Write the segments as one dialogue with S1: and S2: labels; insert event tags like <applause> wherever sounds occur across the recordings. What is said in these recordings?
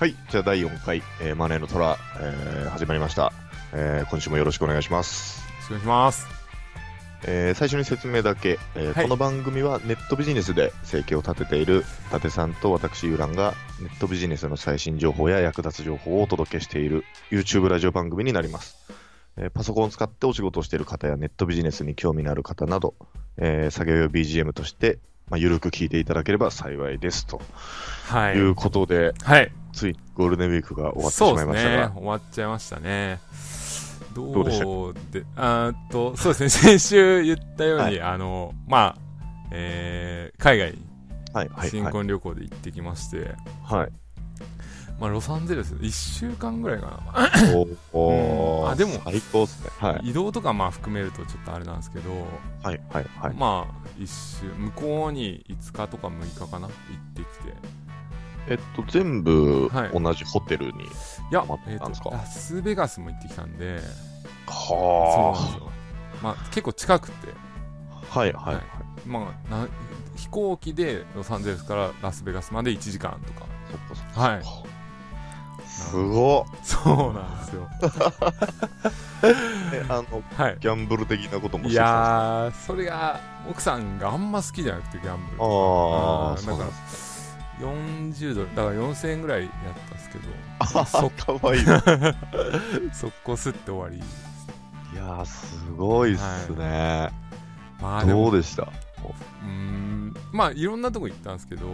S1: はい、じゃあ第4回、えーマネーの虎、えー始まりました、えー今週もよろしくお願いします。
S2: お願いします。
S1: えー最初に説明だけ、えー
S2: はい
S1: この番組はネットビジネスで生計を立てている伊達さんと私、ゆらんがネットビジネスの最新情報や役立つ情報をお届けしている YouTube ラジオ番組になります。えーパソコンを使ってお仕事をしている方やネットビジネスに興味のある方など、えー作業用 BGM として、まあ、ゆるく聞いていただければ幸いですと
S2: はいい。
S1: うことで、
S2: はい。
S1: ついゴールデンウィークが終わってし
S2: そう
S1: ま
S2: で
S1: い
S2: す
S1: ました
S2: ね
S1: が。。
S2: 終わっちゃいましたね。ど
S1: どうでした
S2: うで、あーっと、そうですね。 <laughs> 先週言ったように、
S1: はい
S2: あの、まあ、えー、海外に
S1: はい、はい、
S2: 新
S1: はい。
S2: 婚旅行で行ってきまして、
S1: はい、
S2: まあ、ロサンゼルス、1週間ぐらいか
S1: おお、
S2: うんあでも
S1: 最高っすね。は
S2: な。
S1: い、
S2: 移動とか、まあ、含めるとちょっとあれなんですけど、
S1: はい、はい、はい。
S2: まあ、一週、向こうに5日とか6日かな、行ってきて。
S1: えっと、全部
S2: はい
S1: 同じホテルに。
S2: いや
S1: 泊まっ、
S2: え
S1: たんです
S2: ー
S1: か
S2: と、ラスベガスも行ってきたんで、そうなんです
S1: は
S2: よ。まあ、結構近くて、
S1: あ。はい、はい、は
S2: はいい。まあ、な飛行機でロサンゼルスからラスベガスまで1時間とか。
S1: そっかそっか
S2: はい。
S1: すご
S2: そうなんですよ。
S1: っ。え、あの、
S2: はい。
S1: ギャンブル的なことも
S2: い
S1: してたんです
S2: やー、それが、奥さんがあんま好きじゃなくて、ギャンブル
S1: か。。あ
S2: あ
S1: あ、
S2: ー
S1: そうなんです
S2: 40ドル、だから4000円ぐらいやったんですけど、
S1: あ
S2: そ
S1: かわいい。いや
S2: 速攻すって終わり。
S1: ー、すごいっすね。
S2: まあで
S1: ど
S2: も、
S1: うでした
S2: うーん、まあいろんなとこ行ったんですけど、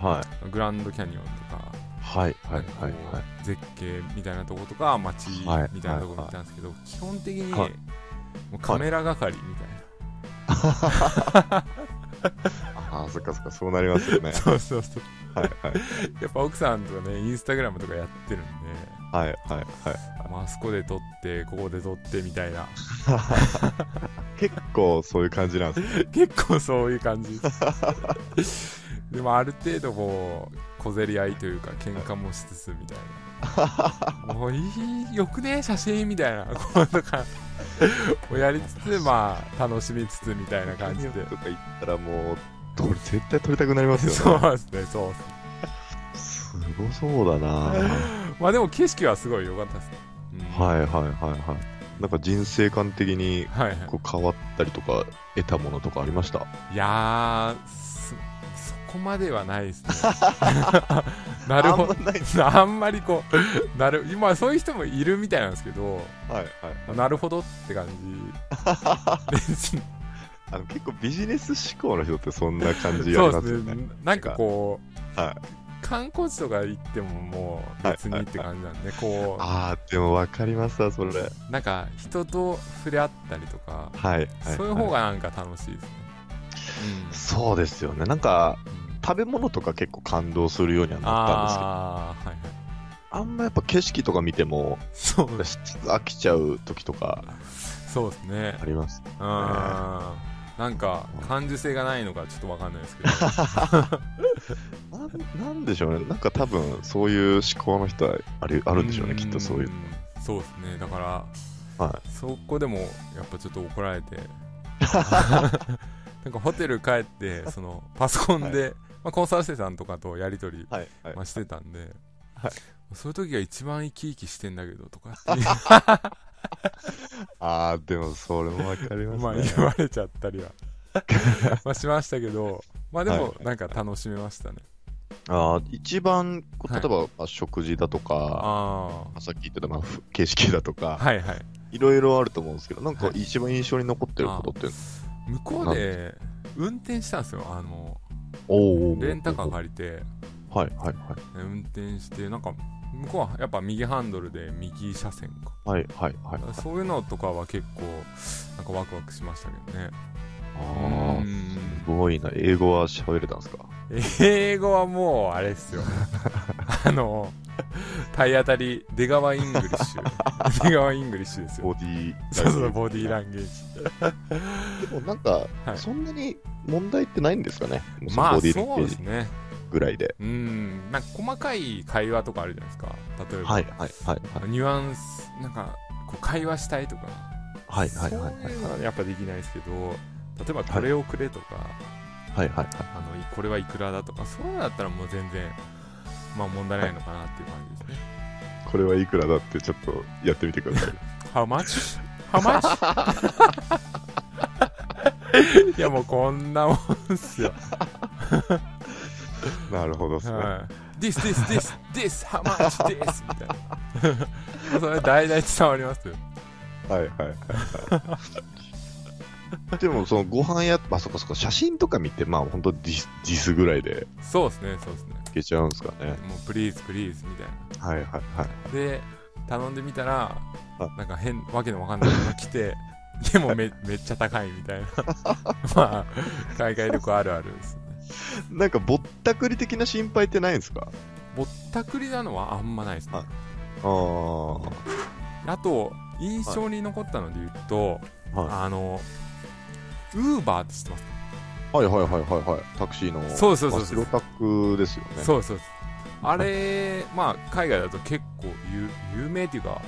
S1: はい、
S2: グランドキャニオンとか、
S1: はい、はい、
S2: なん
S1: は
S2: かこ
S1: い、
S2: う
S1: はい。
S2: 絶景みたいなとことか街
S1: はい
S2: みたいなとこ見たんですけど、基本的に、
S1: はい
S2: もうカメラ係みたいな、。
S1: ああ、そっかそっか、そうなりますよね
S2: そうそうそう
S1: はい、はい、
S2: やっぱ奥さんとかねインスタグラムとかやってるんで、
S1: はい、はい、はい。
S2: まああそこで撮ってここで撮ってみたい
S1: <laughs>
S2: な
S1: 結構そういう感じなんですね
S2: 結構そういう感じでもある程度もう小競り合いというか喧嘩もしつつみた
S1: <laughs>
S2: いなもういいよくね写真みたいなことかをやりつつまあ楽しみつつみたいな感じで
S1: とか言ったらもう、どれ絶対撮りたくなります
S2: そ
S1: よ
S2: う
S1: ね。
S2: ですね、そうっすね
S1: すごそうだ
S2: <laughs>
S1: なは
S2: まあでも景色はすごい良かったですね。うん
S1: いはいはいはい。なんか人生観的に
S2: はいはい。
S1: こう変わったりとか、得たものとかありました
S2: いやー、そ、そこまではない
S1: <laughs>
S2: ですね。なるほ
S1: あ
S2: ど。
S1: んまないです。
S2: あんまりこう、なる、今そういう人もいるみたいなんですけど、
S1: はいはい。
S2: なるほどって感
S1: <laughs>
S2: じですね。
S1: あの結構ビジネス志向の人ってそんな感じあ
S2: そ
S1: りま
S2: う
S1: す
S2: で
S1: よ
S2: す
S1: ね。
S2: ね。なんかこう、
S1: はい
S2: 観光地とか行ってももう別にって感じなんで、こ
S1: ああ、でも分かりますわ、それ。はい、
S2: う、なんか人と触れ合ったりとか、
S1: はい。
S2: そういう方がなんか楽しいですね。うん
S1: そうですよね。なんか、食べ物とか結構感動するようにはなったんですけど、
S2: ああーはいはい
S1: あんまやっぱ景色とか見ても、
S2: そう
S1: 飽きちゃう時とか
S2: そうですね
S1: あります。
S2: うんなんか感受性がないのかちょっとわかんないですけど
S1: なんなんでしょうね、なんか多分そういう思考の人はありあ
S2: あ
S1: るんでしょうね、きっとそういう。
S2: そうですねだから、
S1: は
S2: そこでもやっぱちょっと怒ら
S1: <laughs>
S2: れてなんかホテル帰ってそのパソコンで、まあ、コンサル生さんとかとやり取り、
S1: はい、はい
S2: まあ、してたんで、
S1: はい
S2: そういう時が一番生き生きしてんだけどとか
S1: <laughs>
S2: っていう
S1: ああ、でもそれもわかりますね。
S2: まあ言われちゃっ
S1: <laughs>
S2: たりはまあしましたけどまあでもなんか楽しめましたね、
S1: あー一番、こう
S2: は
S1: 例
S2: い
S1: えば、まあ、食事だとか、
S2: あ
S1: まあさっき言ってた、まあ、ふ景色だと
S2: あ
S1: か、
S2: はいはい
S1: いろいろあると思うんですけど、なんか
S2: はい
S1: 一番印象に残ってることって、
S2: 向こうで運転したんですよあの
S1: お
S2: レンタカー
S1: が。
S2: 借りて
S1: はい、はい、
S2: 運転してなんか向こうはやっぱ右ハンドルで右車線か
S1: はい、はい、はい、はい。
S2: そういうのとかは結構なんかワクワクしましたけどね
S1: あー
S2: うん
S1: すごいな。英語は喋れたんですか
S2: 英語はもうあれっ <laughs> すよあの体当たり出川イングリッシ <laughs> ュ出川イングリッシュですよ
S1: ボディ
S2: そうそうボディーランゲージ
S1: でもなんか、
S2: はい
S1: そんなに問題ってないんですかね。もうその
S2: まあ
S1: ボディ
S2: そ
S1: ラン
S2: う
S1: ゲ
S2: で
S1: ー
S2: す
S1: ジ
S2: ね
S1: ぐらいで。
S2: うんなんか細かい会話とかあるじゃないですか例えば、
S1: はいはいはいはい
S2: ニュアンスなんかこう会話したいとか
S1: はいはいはい
S2: そう
S1: はい
S2: いうのはやっぱできないですけど例えばこれをくれとか、
S1: はいはい
S2: あのいこれはいくらだとかそういうのだったらもう全然まあ問題ないのかなっていう感じですね、
S1: これはいくらだってちょっとやってみてください
S2: How much? How much? <laughs> いやもうこんなもんっすよ。
S1: <laughs> なるほどっすね、
S2: はい、this, this, this, this, how much, this みたいな。それ大々伝わりますよ。
S1: はいはいはいはいでもそのご飯屋あそこそこ写真とか見てまあ本当ディスディスぐらいで
S2: そうですね、そうですね。
S1: いけちゃうんですかね
S2: もう please, please みた
S1: は
S2: い
S1: いはいはい
S2: な。で、頼んでみたら
S1: は、
S2: なんか変、わけのわかんないのが来て、 <laughs> でもめめっちゃ高いみたいな。 <laughs> まあ、海外旅行あるあるですね。
S1: なんかぼったくり的な心配ってないんですか
S2: ぼったくりなのはあんまないですね。
S1: ああは
S2: あと、印象に残ったので言うと、
S1: いは
S2: あの、ウーバーって知ってます
S1: いは
S2: か
S1: いはいはいはいタクシーの
S2: そうそうそうそう
S1: まあ白タクですよね
S2: そうそうです。あれ、まあ、海外だと結構有有名っていうか、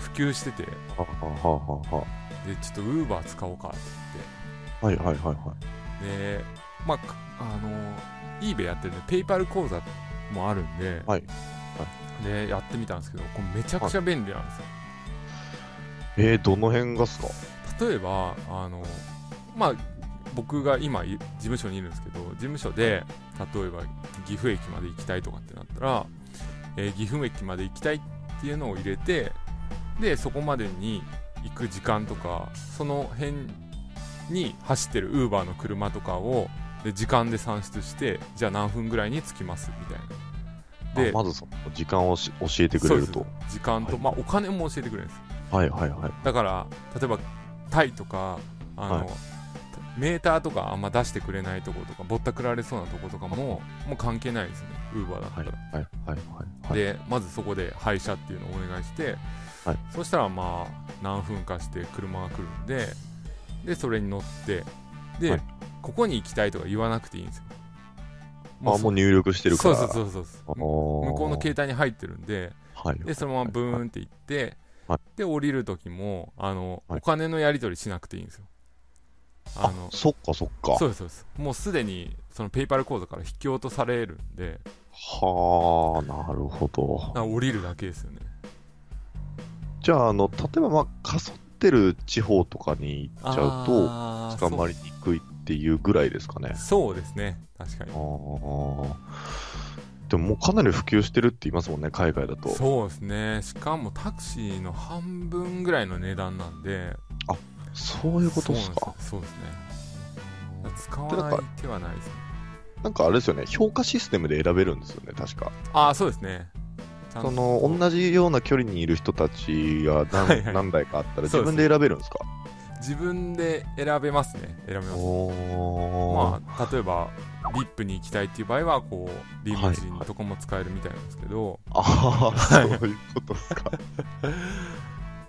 S2: 普及してて、で、
S1: はあはあはあは
S2: ちょっとウーバー使おうかって
S1: あはいはいはいはい
S2: 言って、で、まあ、かあの、eBay やってるんで、ペイパル口座もあるんで、
S1: はい
S2: で、やってみたんですけど、これめちゃくちゃ便利なんですよ。
S1: えー、どの辺がっすか
S2: 例えば、あの、まあ、僕が今い事務所にいるんですけど事務所で例えば岐阜駅まで行きたいとかってなったら、えー岐阜駅まで行きたいっていうのを入れてでそこまでに行く時間とかその辺に走ってるウーバーの車とかをで時間で算出してじゃあ何分ぐらいに着きますみたいな
S1: あまずその時間をし教えてくれる
S2: そう
S1: と
S2: です時間と、
S1: はい
S2: まあ、お金も教えてくれるんです
S1: はいはいはい
S2: だから例えばタイとかあの、
S1: はい
S2: メーターとかあんま出してくれないとことかぼったくられそうなとことかももう関係ないですねウーバーだった
S1: はい
S2: ら、
S1: はいはいはいはい
S2: でまずそこで配車っていうのをお願いして、
S1: はい
S2: そしたらまあ何分かして車が来るんででそれに乗ってで、
S1: はい
S2: ここに行きたいとか言わなくていいんですよ
S1: あもう入力してるから
S2: そうそうそうそうそう向
S1: 向
S2: こうの携帯に入ってるんで
S1: はい、
S2: でそのままブーンって行って、
S1: はい
S2: で降りる時もあの、
S1: はい
S2: お金のやり取りしなくていいんですよあの
S1: そっかそっか
S2: そうですそうですもうすでにそのペイパル口座から引き落とされるんで
S1: はあなるほど
S2: あ降りるだけですよね
S1: じゃああの例えばまあかそってる地方とかに行っちゃう
S2: あー
S1: と捕まりにくいっていうぐらいですかね
S2: そうそうですね確かに
S1: ああでももうかなり普及してるって言いますもんね海外だと
S2: そうですねしかもタクシーの半分ぐらいの値段なんで
S1: そういうことですか
S2: そうなんですよそうですね使
S1: で
S2: わ
S1: なん
S2: な
S1: か
S2: い手はないですね
S1: なんかあれですよね評価システムで選べるんですよね確か
S2: ああそうですねちゃんと
S1: その同じような距離にいる人たちが何,、
S2: はいはい
S1: 何台かあったら自
S2: そうです
S1: 分で選べるんですか
S2: 自分で選べますね選べます
S1: お
S2: まあ、例えば VIP に行きたいっていう場合はこうリムジンとかも使えるみたいなんですけど、
S1: ああーそういうことですか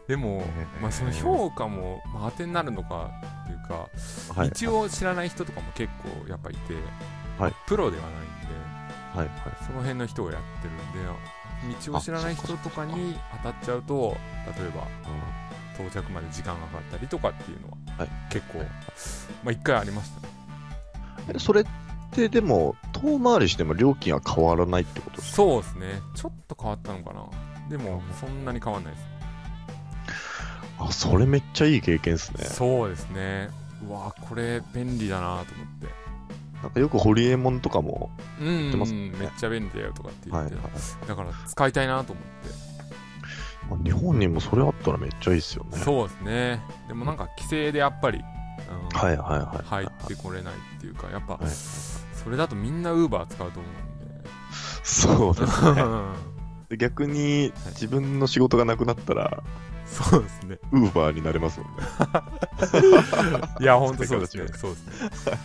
S2: でも、
S1: ー
S2: まあ、その評価も、まあ、当てになるのかっていうか、
S1: <laughs> はい
S2: 一応知らない人とかも結構やっぱいて、
S1: はい
S2: プロではな
S1: はいは
S2: いん
S1: い
S2: でその辺の人がやってるんで道を知らない人とかに当たっちゃうと例えば到着まで時間がかかったりとかっていうのは、
S1: はい
S2: 結構、まあ、1回ありましたね
S1: えそれってでも遠回りしても料金は変わらないってことですか
S2: そうですねちょっと変わったのかなでもそんなに変わんないです
S1: あそれめっちゃいい経験ですね
S2: そうですねうわこれ便利だなと思って
S1: なんかよくホリエモンとかも、
S2: うん
S1: ってますね
S2: めっちゃ便利だよとかって言
S1: は
S2: っ
S1: い
S2: て、
S1: はい
S2: だから使いたいなと思って、
S1: まあ日本にもそれあったらめっちゃいいですよね
S2: そうですねでもなんか規制でやっぱり、うん
S1: はいはいはい
S2: 入ってこれないっていうかやっぱ、
S1: はい
S2: それだとみんなウーバー使うと思うんで
S1: そうです <laughs>
S2: うん
S1: で逆に自分の仕事がなくなったら
S2: <laughs> そうですね。
S1: ウーバーになれますもんね。
S2: いや、ほんとそうですね
S1: 使い。
S2: そうですね。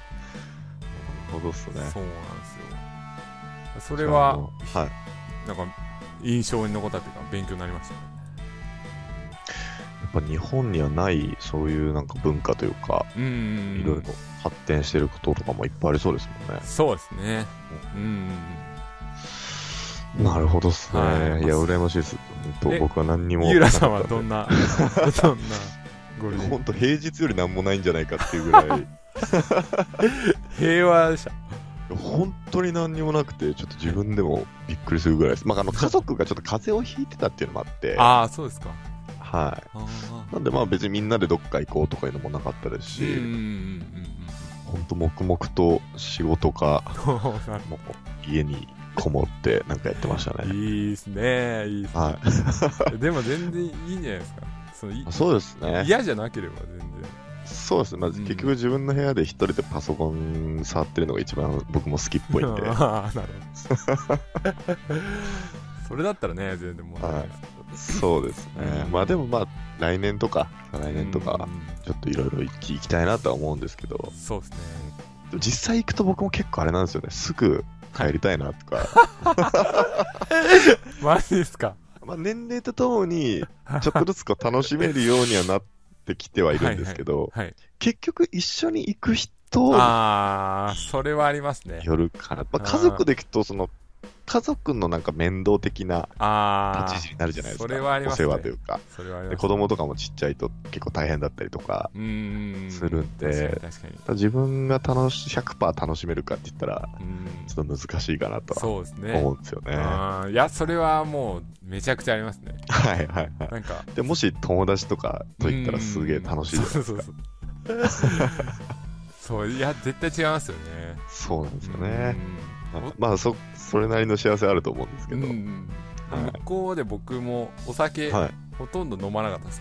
S1: なるほどっす
S2: うん
S1: ね。
S2: そうなんですよ。それは、
S1: じゃあ、はい。
S2: なんか、印象に残ったっていうか、勉強になりましたね。
S1: やっぱ日本にはない、そういうなんか文化というか、
S2: うんうんうん。
S1: いろいろ発展してることとかもいっぱいありそうですもんね。
S2: そうですね。うんうん
S1: なるほどっすね。
S2: はい
S1: い、や、羨ましいです。本
S2: え
S1: 当僕は何に
S2: うん。
S1: も。
S2: ゆうらさんはど
S1: <laughs>
S2: んな、どんなゴールデンウィー
S1: 本当平日より何もないんじゃないかっていうぐ <laughs> らい、
S2: ク平和でした。
S1: 本当に何にもなくて、ちょっと自分でもびっくりするぐらいです。まあ、あの家族がちょっと風邪をひいてたっていうのもあって、
S2: ああ、そうですか。
S1: は
S2: ああ
S1: い。なんでまあ別にみんなでどっか行こうとかいうのもなかったです
S2: うんうんうん
S1: し、本当黙々と仕事か、
S2: うんうん。
S1: もう家にこもってなんかやってましたね。
S2: いいっすね、いいっすね。
S1: はい。
S2: でも全然いいんじゃないですか。そのい
S1: あそうですね。
S2: 嫌じゃなければ全然。
S1: そうですね。まあ、
S2: うん
S1: 結局自分の部屋で一人でパソコン触ってるのが一番僕も好きっぽいんで。
S2: <laughs> ああ、なるほど。それだったらね、全然問題ないですけど。
S1: そうですね。まあでもまあ、来年とか、来年とか
S2: う、ん
S1: ちょっといろいろ行き行きたいなとは思うんですけど、
S2: そうですね。
S1: 実際行くと僕も結構あれなんですよね。すぐ帰りたいなとか、
S2: <laughs> マジですか。
S1: まあ年齢ととも
S2: <laughs>
S1: に、ちょっとずつこう楽しめるようにはなってきてはいるんですけど、
S2: はい。
S1: 結局一緒に行く人を
S2: ああ、それはありますね。
S1: よるかな。まあ、
S2: あー
S1: 家族で行くと、その、家族のなんか面倒的な
S2: ああ
S1: 立ち位、置になるじゃないですか。
S2: それはありますね
S1: お世話というか。
S2: それはあり
S1: で
S2: ます。
S1: 子供とかもちっちゃいと結構大変だったりとか。
S2: うんうんうん。
S1: するんで
S2: 確かに確かに。
S1: 自分が楽し100%楽しめるかって言ったら、
S2: うん
S1: ちょっと難しいかなとは
S2: そうですね。
S1: 思うんですよね。は
S2: あーいや、それはもうめちゃくちゃありますね。
S1: いはいは
S2: なんか、
S1: い。でもし友達とかと言ったらすげえ楽しいじゃない
S2: そ
S1: で
S2: う
S1: す
S2: そう
S1: か。
S2: そう。そう、いや、絶対違いますよね。
S1: そうなんですよ
S2: うん
S1: ね。はいまあそ、それなりの幸せあると思うんですけ
S2: うん
S1: ど。はい
S2: 向こうで僕もお酒、
S1: はい。
S2: ほとんど飲まなかったです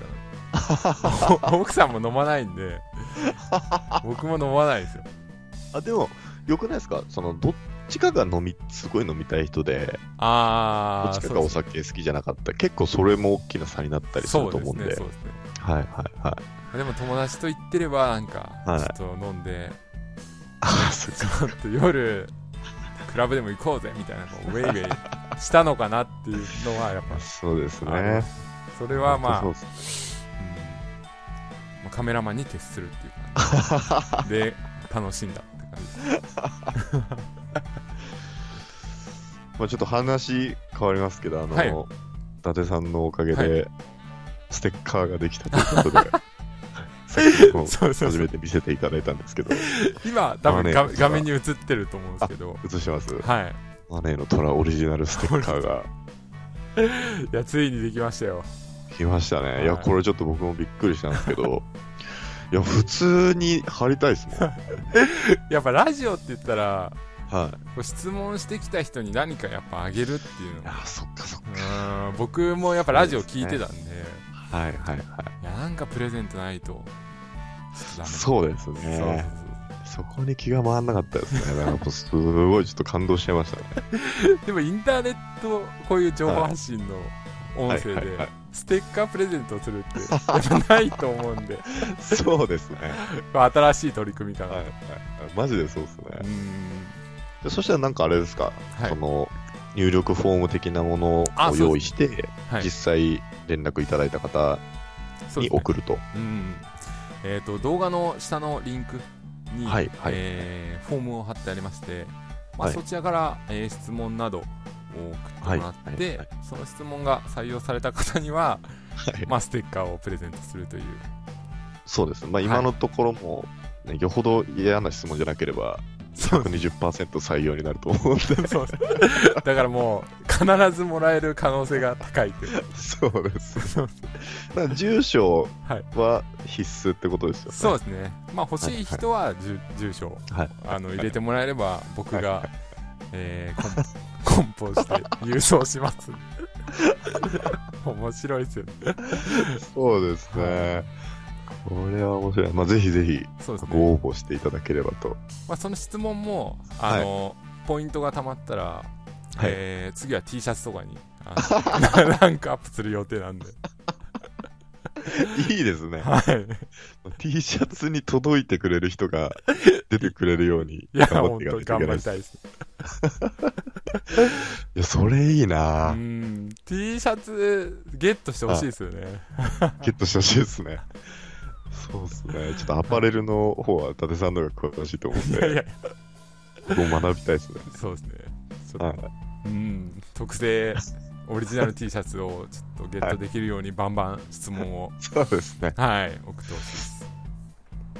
S1: <laughs>
S2: から、奥さんも飲まないんで、僕も飲まないですよ。
S1: あ、でも、よくないですかその、どっちかが飲み、すごい飲みたい人で、ど
S2: あ
S1: っち
S2: あ、
S1: か
S2: そう
S1: がお
S2: ですね
S1: 酒好きじゃなかったら、結構それも大きな差になったりすると思うんで。
S2: そうですね、そうですね。
S1: はいはいはい。
S2: でも友達と行ってれば、なんか、
S1: はい
S2: ちょっと飲んで、
S1: あ、そっ
S2: ちょっと夜、クラブでも行こうぜみたいな、こうウェイウェイしたのかなっていうのは、やっぱ
S1: か。、そうです
S2: あの
S1: ね。
S2: それはまあ、
S1: そ
S2: うん
S1: う
S2: ま
S1: です
S2: あカメラマンに徹するっていうか、
S1: <laughs>
S2: で、楽しんだって感じです。
S1: まあ、ちょっと話変わりますけど、あの、
S2: はい
S1: 伊達さんのおかげで、
S2: は
S1: ステッカーができたということ
S2: <laughs>
S1: で、先ほど
S2: そうそう
S1: 初
S2: そう
S1: めて見せていただいたんですけど、
S2: 今、多分
S1: あ
S2: 画
S1: のね
S2: 画面に映ってると思うんですけど、
S1: 映します。
S2: はい。
S1: マネーの虎オリジナルステッカーが
S2: いや、ついにできましたよ。
S1: 来ましたね。いや、
S2: はい
S1: これちょっと僕もびっくりしたんですけ
S2: <laughs>
S1: ど、いや、普通に貼りたいですもん。
S2: やっぱラジオって言ったら、
S1: はい。
S2: こう質問してきた人に何かやっぱあげるっていうのが
S1: あ、そっかそっ
S2: う
S1: か。
S2: ーん、僕もやっぱラジオ聞いてたんで、
S1: はいはいはい
S2: や、なんかプレゼントないと、ちょっとダメ
S1: い。そうです
S2: そうそう
S1: ね。そこに気が回らなかったです
S2: <laughs>
S1: ね。なんかもうすごいちょっと感動しちゃいましたね。
S2: そうでもインターネットこういう情報発信の音声
S1: はいはいは
S2: で
S1: い
S2: ステッカープレゼントをするってやっぱないと思うんで
S1: そうですね。
S2: まあ新しい取り組みかな、
S1: はいはい。マジでそうですね。
S2: うーん
S1: でそしたらなんかあれですか、
S2: はい
S1: その入力フォーム的なものを
S2: あそうです
S1: 用意して、
S2: はい
S1: 実際連絡いただいた方
S2: そう
S1: に
S2: ですね
S1: 送ると。
S2: うんえっ、と動画の下のリンクに、
S1: はいはい
S2: えーフォームを貼ってありまして、まあ
S1: はい
S2: そちらから、えー質問などを送ってもらっ
S1: はい
S2: て、
S1: はいはい
S2: その質問が採用された方には、
S1: はい
S2: <laughs> まあ、ステッカーをプレゼントするという
S1: <laughs> そうですね。まあ
S2: い
S1: 今のところも、ねよほど嫌な質問じゃなければ、
S2: そう
S1: 120%採用になると思うんで、
S2: そうだからもう必ずもらえる可能性が高いという
S1: そうです。
S2: <laughs>
S1: <laughs>
S2: そう
S1: だから住所
S2: はい
S1: は必須ってことですよね。
S2: そうですねまあ欲しい人は住,、住所を
S1: はい
S2: あの入れてもらえれば僕
S1: はいは
S2: が、えー <laughs> コン梱包して郵送します <laughs> 面白いですよね
S1: そうですね。これは面白い。まあぜひぜひ
S2: そうですね、
S1: ご応募していただければと。
S2: まあ、その質問もあの、ポイントがたまったら、 <laughs> えー次は T シャツとかにあのランクアップする予定なんで
S1: いいですね。
S2: はい。
S1: T シャツに届いてくれる人
S2: <laughs>
S1: が出てくれるように
S2: いや、
S1: 頑張っ
S2: 本
S1: ていか
S2: 当に
S1: なきゃい
S2: 頑
S1: けないで
S2: 張り
S1: す。
S2: たいです。
S1: いや、それいいうなぁ
S2: ん。T シャツ、ゲットしてほしいですよね。
S1: ゲットしてほしいですね。そうですね。ちょっとアパレルの方は伊達さんの方が詳しいと思うん
S2: いやい <laughs>
S1: で、
S2: や、
S1: 僕も学びたいですね。
S2: そうですね。ちょ
S1: は
S2: っと、うん。特製オリジナル T シャツをちょっとゲットできるようにバンバン質問を、
S1: そうですね。
S2: はい、送ってほしいです。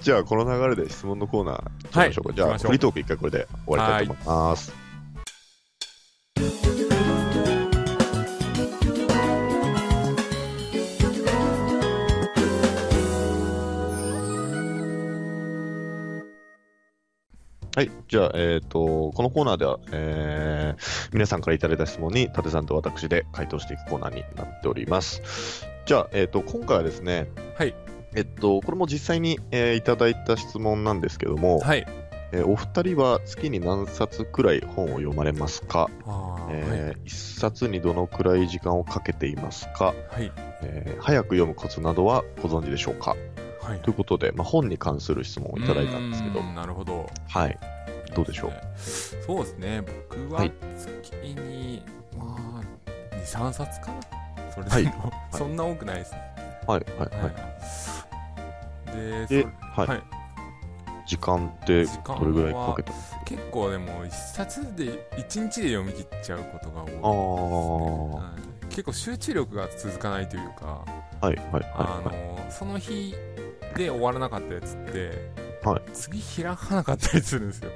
S1: じゃあ、この流れで質問のコーナー行きましょうか。
S2: はい
S1: じ
S2: 行き
S1: ゃ
S2: ま
S1: あ、
S2: しょう
S1: フリートーク一回これで終わりたいと思います。はい。じゃあ、えっ、と、このコーナーでは、えー皆さんからいただいた質問に、舘さんと私で回答していくコーナーになっております。じゃあ、えっ、と、今回はですね、
S2: はい。
S1: えっと、これも実際に、えーいただいた質問なんですけども、
S2: はい。
S1: えーお二人は月に何冊くらい本を読まれますか、
S2: ああ、
S1: えー一冊にどのくらい時間をかけていますか、
S2: はい。はい。
S1: えー早く読むコツなどはご存知でしょうか
S2: はい
S1: ということで、まあ、本に関する質問をいただいたんですけど
S2: う、ーなるほど。
S1: はい、どうでしょう
S2: いいですねそうですね、僕は
S1: はい
S2: 月に、まあ、2、3冊かな。それで
S1: はい
S2: も、そんな多くないですね。
S1: はい、はい、
S2: は
S1: はいい。で、
S2: でそ
S1: はい、
S2: はい
S1: 時間って
S2: 時間は
S1: どれぐらいかけた
S2: 結構でも1冊で1日で読み切っちゃうことが多いですね、
S1: あー
S2: はい結構集中力が続かないというか、
S1: はい、はい、
S2: あ
S1: は
S2: のその日で終わらなかったやつって、
S1: はい
S2: 次開かなかったりするんですよ
S1: い。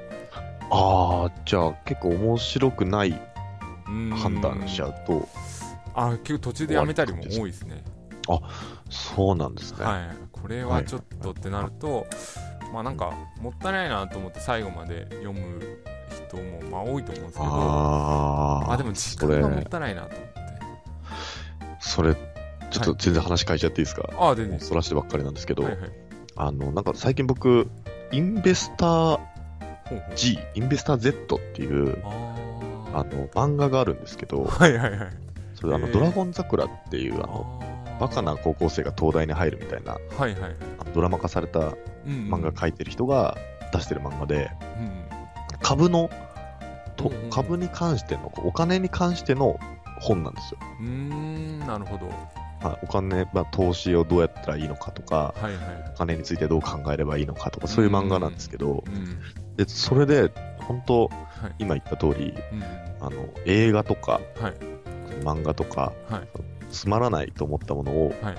S1: ああー、じゃあ結構面白くないう
S2: ーん
S1: 判断しちゃうと、
S2: あ結構途中でやめたりも多いですね
S1: そうなんですね。
S2: はい、これはちょっとってなると、まあなんかもったいないなと思って最後まで読む人もまあ多いと思うんですけど
S1: あ
S2: あでも時間がもったいないなと思って
S1: それ、ちょっと全然話変えちゃっていいですか、
S2: ああ全
S1: もう
S2: 然
S1: そらしてばっかりなんですけど、
S2: はいはい
S1: あの、なんか最近僕、インベスター
S2: ほうほう
S1: G、インベスター Z っていう、
S2: あ
S1: あの、漫画があるんですけど
S2: あ、はいはいはい
S1: それあの、
S2: へー
S1: ドラゴン桜っていう、あの、
S2: あ
S1: バカな高校生が東大に入るみたいな、
S2: はいはいはい、
S1: あのドラマ化された
S2: うんうん
S1: 漫画描いてる人が出してる漫画で、
S2: うん
S1: 株の、と
S2: うんうん
S1: 株に関しての、お金に関しての本なんですよ。
S2: うーんなるほど
S1: まあお金、まあ、投資をどうやったらいいのかとか、
S2: はいはい
S1: お金についてどう考えればいいのかとか、そういう漫画なんですけど
S2: う、ん
S1: でそれで、本当、
S2: はい
S1: 今言った通り、
S2: うん
S1: あの映画とか
S2: はい
S1: 漫画とか、
S2: はい
S1: つまらないと思ったものを、
S2: はい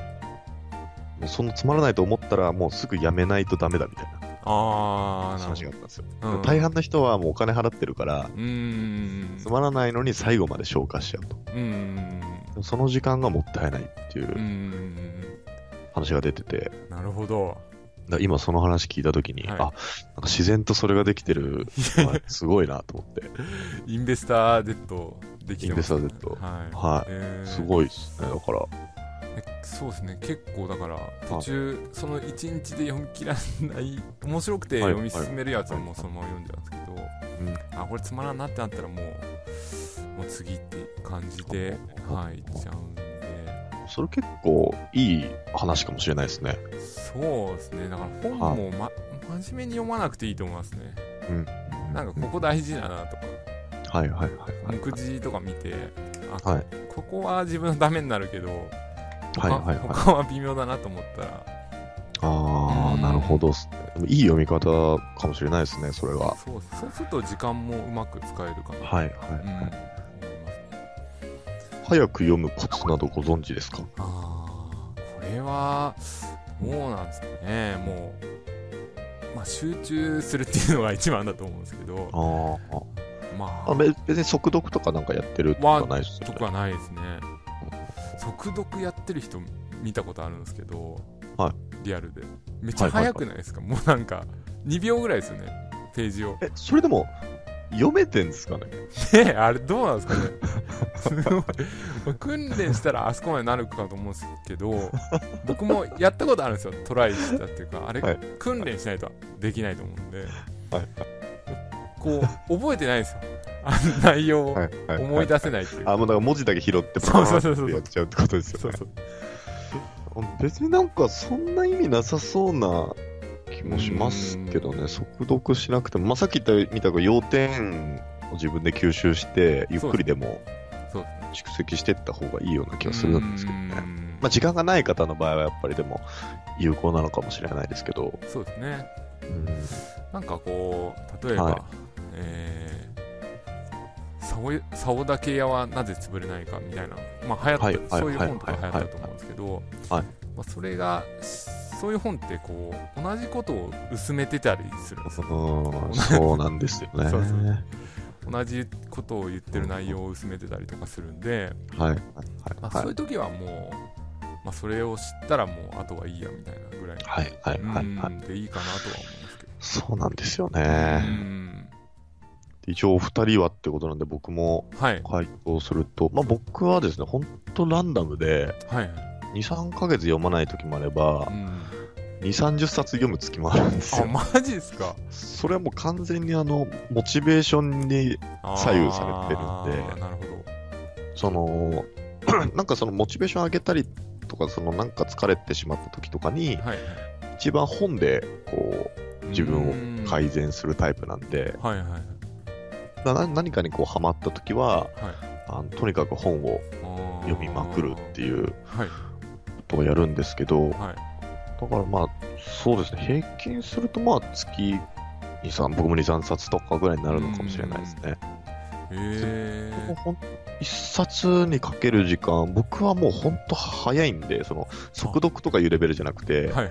S1: もうそのつまらないと思ったら、もうすぐやめないとダメだみたいな
S2: ああなるほ
S1: 話があ
S2: ど
S1: ったんですよ。
S2: うん
S1: 大半の人はもうお金払ってるから、
S2: うーん
S1: つまらないのに最後まで消化しちゃうと。で
S2: うーん
S1: もその時間がもったいないっていう
S2: ー
S1: うん話が出てて、
S2: なるほど
S1: だ今その話聞いたときに、
S2: はい
S1: あなんか自然とそれができてる、のはすごいなと思
S2: <laughs>
S1: って。
S2: インベスター Z できてます
S1: インベスター Z
S2: はい、
S1: はい
S2: えー
S1: すごいですね。だから、
S2: えそうですね結構だから途中その1日で読み切らない <laughs> 面白くて
S1: はい
S2: 読み進めるやつはもうそのまま読んじゃうんですけど、あこれつまらんなってなったらもうもう次って感じではいいっちゃうんで
S1: それ結構いい話かもしれないですね。
S2: そうですねだから本も、ま、真面目に読まなくていいと思いますね
S1: うん。
S2: なんかここ大事だなとか
S1: はいはいはいはい。
S2: 目次とか見てあ、
S1: はい
S2: ここは自分のためになるけど
S1: はいはいはい。
S2: 他は微妙だなと思ったら
S1: あ
S2: うん
S1: あ、なるほどっすね。でもいい読み方かもしれないですね、それは。
S2: そうそうすると時間もうまく使えるかな、
S1: はいはい、
S2: うん
S1: は
S2: 思い
S1: い
S2: ますね
S1: 早く読むコツなどご存知ですか
S2: ああこれはどうなんですかねもう、まあ、集中するっていうのが一番だと思うんですけど
S1: あー
S2: ま
S1: あ
S2: あ
S1: べ別に速読とかなんかやってるとかないですよ
S2: と
S1: ね。
S2: かないですね速読やってる人見たことあるんですけど、
S1: は
S2: リアルでめっちゃ早くないですか、もうなんか2秒ぐらいですよねページを
S1: え、それでも読めてんですかね
S2: ねえあれどうなんですかねすごいまあ訓練したらあそこまでなるかと思うんですけど僕もやったことあるんですよトライしたっていうかあれ、
S1: はい
S2: 訓練しないとできないと思うんで、
S1: はい
S2: こう覚えてないんですよあの内容を
S1: いは
S2: 思い出せないっていう、
S1: あ、もうだから文字だけ拾って
S2: そうそうそうそう
S1: パーンってやっちゃうってことです
S2: そ
S1: よ
S2: う
S1: ね。
S2: そう
S1: 別になんかそんな意味なさそうな気もしますけどね、速読しなくても、まあ、さっき言ったみたく要点を自分で吸収して、ゆっくりでも
S2: そうで
S1: 蓄積していった方がいいような気がするんですけどね。
S2: うん
S1: まあ、時間がない方の場合はやっぱりでも有効なのかもしれないですけど、
S2: そうですね
S1: うん
S2: なんかこう例えば、
S1: はい
S2: えー竿え竿だけ屋はなぜ潰れないかみたいな、まあ、流行った、
S1: はい
S2: そういう
S1: はい
S2: 本とか流行
S1: は
S2: った
S1: い
S2: と思うんですけど、
S1: はい
S2: まあ、それがそういう本ってこう同じことを薄めてたりするんですよ
S1: うんそうなんですよね。
S2: <laughs> そうそう同じことを言ってる内容を薄めてたりとかするんで、
S1: はいはい
S2: まあ、
S1: は
S2: そうい
S1: いう
S2: 時はもう、まあ、それを知ったらもうあとはいいやみたいなぐらい
S1: はいはいはいは
S2: う
S1: い。
S2: んでいいかなとは思いますけど、
S1: そうなんですよ
S2: う
S1: ね。
S2: ん
S1: 一応お二人はってことなんで僕も
S2: はい
S1: 回答すると、まあ、僕はですね、本当ランダムで
S2: はい、
S1: 2、3ヶ月読まない時もあれば
S2: う、ん
S1: 2、30冊読む月もあるんです
S2: あ
S1: よ。
S2: マジですか
S1: それはもう完全にあの、モチベーションに左右されてるんで
S2: あーなるほど
S1: その <clears throat> なんかそのモチベーション上げたりとかそのなんか疲れてしまった時とかに
S2: はい
S1: 一番本でこう自分を
S2: い
S1: 改善するタイプなんで
S2: はいはいはい
S1: なな何かにこうハマった時はあのとにかく本を読みまくるって
S2: いう
S1: いう
S2: はい
S1: ことをやるんですけどだ
S2: はい
S1: からまあそうですね平均するとまあ月23僕も23冊とかぐらいになるのかもしれないですね。
S2: え
S1: もうほん一冊にかける時間僕はもうほんと早いんでその速読とかいうレベルじゃなくて
S2: ー、はいはい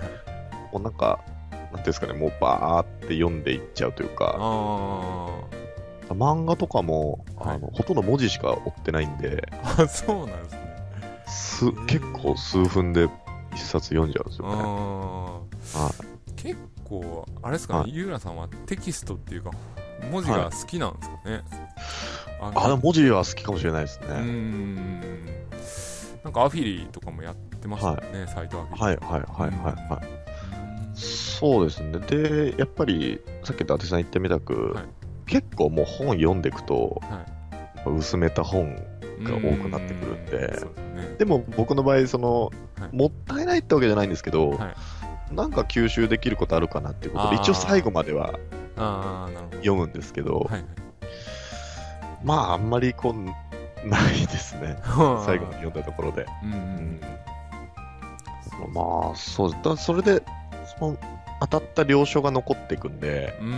S1: もうなんか、なんていうんですかね、もうバーって読んでいっちゃうというか、
S2: あ
S1: 漫画とかも、
S2: はい
S1: あのほとんど文字しか追ってないんで、
S2: ーあそうなんですね
S1: す
S2: ー
S1: 結構数分で一冊読んじゃうんですよね。
S2: あ
S1: は
S2: ー結構あれですか
S1: は
S2: ねゆうらさんはテキストっていうか文字が好きなんですかねあ
S1: あ、でも文字は好きかもしれないですね。
S2: うーんなんかアフィリとかもやってましたよね、サイトアフィリ
S1: はいはいはいはいは
S2: う
S1: い。
S2: ん
S1: そうですね。で、やっぱり、さっき伊達さん言ってみたく、
S2: はい
S1: 結構もう本読んでいくと、
S2: は
S1: やっぱ薄めた本
S2: い
S1: が多くなってくるんで
S2: うーそうですね
S1: でも僕の場合その、
S2: はい
S1: もったいないってわけじゃないんですけど、
S2: は
S1: なんか吸収できることあるかなっていうことで
S2: あー
S1: 一応最後までは
S2: ああなるほど
S1: 読むんですけど、
S2: はいはい
S1: まああんまりこうないですね最後まで読んだところで、
S2: うんう
S1: うんん、まあそうだそれでその当たった了承が残っていくんで、
S2: うんう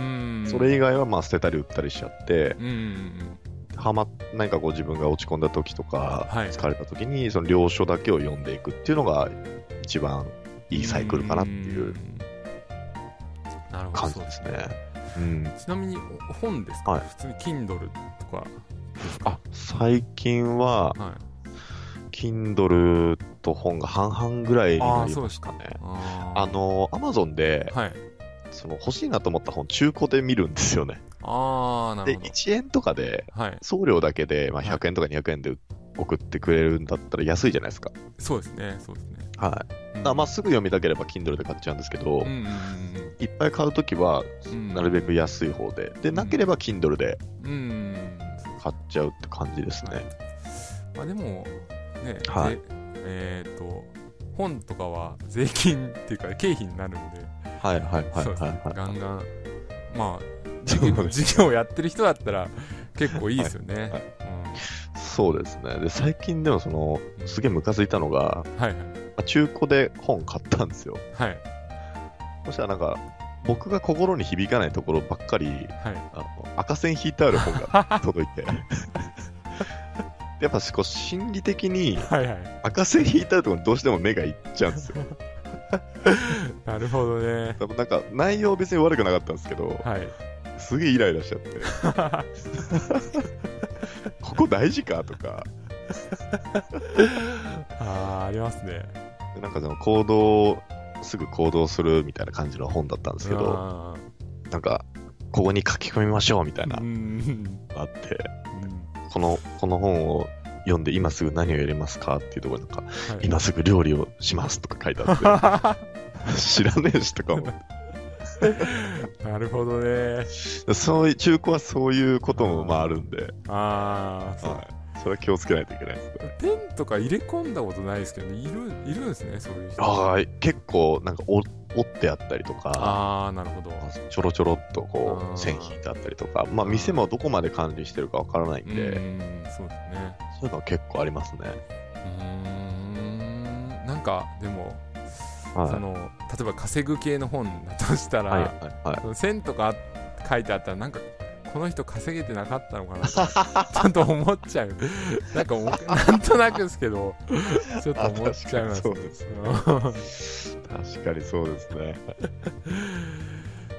S2: ん
S1: それ以外はまあ捨てたり売ったりしちゃって、
S2: うんうんうん
S1: はま何かこう自分が落ち込んだ時とか、
S2: はい
S1: 疲れた時にその了承だけを読んでいくっていうのが一番いいサイクルかなっていう
S2: なるほど
S1: 感
S2: そ
S1: じで
S2: うです
S1: す
S2: ね
S1: ね。うん、
S2: ちなみにお本ですか、
S1: はい
S2: 普通に Kindle とかですか
S1: あ最近は
S2: はい
S1: Kindle と本が半々ぐらいに
S2: あ
S1: な
S2: あ
S1: り
S2: そう
S1: ま
S2: で
S1: し
S2: す
S1: た
S2: か
S1: ね。
S2: あー
S1: あの、Amazon で、
S2: はい
S1: その欲しいなと思った本、中古で見るんですよね。
S2: ああなる
S1: で、
S2: ほど
S1: 1円とかで、
S2: はい
S1: 送料だけで、まあ、
S2: はい
S1: 100円とか200円で送ってくれるんだったら安いじゃないですか。
S2: そうですねそうですね
S1: はい。だか
S2: うん
S1: らまあ、すぐ読みたければ Kindle で買っちゃうんですけど、
S2: うんうん
S1: いっぱい買うときは、
S2: うんうん
S1: なるべく安い方で、で、なければ Kindle で
S2: うんうんうん
S1: 買っちゃうって感じですね。
S2: まあでもね
S1: はい
S2: でえっと本とかは税金っていうか経費になるんで
S1: はいはいはい
S2: そうです
S1: は
S2: ね
S1: い
S2: ガ
S1: は
S2: ン
S1: い。
S2: ガンまあ
S1: そうです
S2: 事業をやってる人だったら結構いいですよね
S1: はい
S2: うん
S1: そうですね。で、最近でもその、すげえムカついたのが、
S2: はいはい
S1: まあ中古で本買ったんですよ。
S2: はい
S1: そしたらなんか、僕が心に響かないところばっかり、
S2: はい
S1: あの赤線引いてある本が届いて。 <laughs> やっぱこう心理的に
S2: はいはい
S1: 赤線引いてあるところにどうしても目がいっちゃうんですよ。
S2: なるほどね
S1: 多分なんか内容別に悪くなかったんですけど、
S2: はい
S1: すげえイライラしちゃって。
S2: <laughs>
S1: ここ大事かとか、
S2: あーありますね
S1: でなんかその行動、すぐ行動するみたいな感じの本だったんですけど、
S2: あ
S1: なんか、ここに書き込みましょうみたい
S2: ー
S1: な
S2: うんうん
S1: あって、
S2: うん
S1: この、この本を読んで今すぐ何をやりますかっていうところになんか、
S2: はい
S1: 今すぐ料理をしますとか書いてあって、
S2: な <laughs>
S1: 知らねえしとかも。
S2: るほどね。
S1: そういう、中古はそういうこともまああるんで、
S2: ああ、そう。
S1: はい、そそれは気をつけないといけないですね。
S2: ペンとか入れ込んだことないですけど、いるいるんですね、そういう人。
S1: ああ、結構、なんかお、折ってあったりとか、
S2: あー、なるほど。
S1: ちょろちょろっとこ
S2: あー
S1: う、線引いてあったりとか、まあ、店もどこまで管理してるかわからないん
S2: う
S1: で、
S2: ん、そうですね。
S1: そういうのは結構ありますね。
S2: うーんなんかでも、
S1: はい
S2: そ。の例えば稼ぐ系の本だとしたら、
S1: はい、はい、
S2: <laughs>
S1: はい。
S2: その線とか書いてあったらなんかこの人稼げてなかったのかなとかちょっと思っちゃう
S1: <laughs>
S2: なんかおなんとなくですけどちょっと思っちゃいま
S1: あ確
S2: す
S1: かにそうですね確かにそうですね。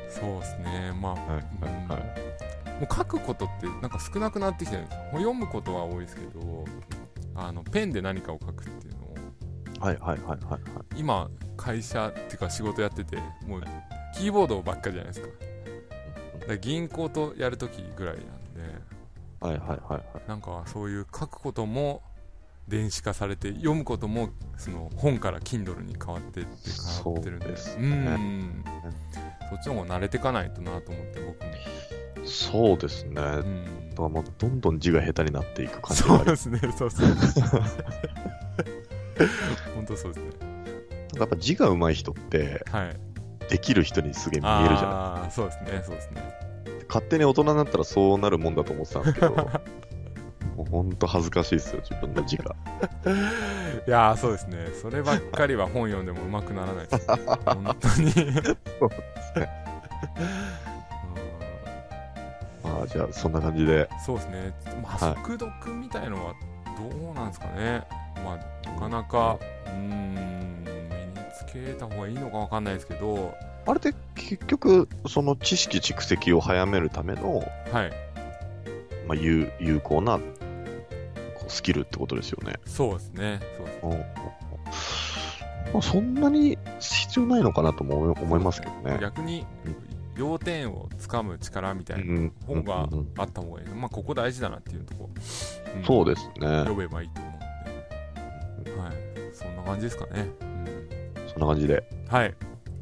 S2: そうですねまあ、
S1: はい、
S2: うん
S1: はい、は
S2: もう書くことってなんか少なくなってきてるんですよ読むことは多いですけどあのペンで何かを書くっていうのを
S1: い、はい、はい、はいはい。
S2: 今会社っていうか仕事やっててもうキーボードばっかじゃないですかだから銀行とやるときぐらいなんで
S1: はいはいはいはい。
S2: なんかそういう書くことも電子化されて読むこともその本から Kindle に変わってって変わってるんで
S1: そうです
S2: う
S1: ね
S2: んそっちの方が慣れていかないとなと思って僕も、
S1: そうですね。だか
S2: うん、
S1: らもうどんどん字が下手になっていく感じが
S2: そ
S1: あ
S2: う
S1: りま
S2: ですねそうそう本当そうですね
S1: す。やっぱ字が上手い人って、
S2: はい
S1: できる人にすげえ見えるじゃ
S2: ああーそうですねそうですね
S1: ない勝手に大人になったらそうなるもんだと思ってたんですけ
S2: <laughs>
S1: ど、もうほんと恥ずかしいですよ、自分の字が。
S2: いやーそうですねそればっかりは本読んでも上手くならないです、ね、本当 <laughs> に
S1: そうですね。まあじゃあ、そんな感じで。
S2: うんそうですねまあ
S1: はい
S2: 速読みたいのはどうなんですかねまあなかなかうーん身につけた方がいいのかわかんないですけど
S1: あれって結局、その知識蓄積を早めるための、
S2: はい
S1: まあ、有有効なこうスキルってことですよね。
S2: そうですねそうです
S1: うんまあ、そんなに必要ないのかなとも思い思いますけどね。
S2: 逆に
S1: うん
S2: 要点をつかむ力みたいな本が
S1: うんうんうん
S2: あった方がいい、まあここ大事だなっていうとこ、うん
S1: そうですね。
S2: 読めばいいと思うんで、はい、そんな感じですかね。うん、
S1: そんな感じで。
S2: はい、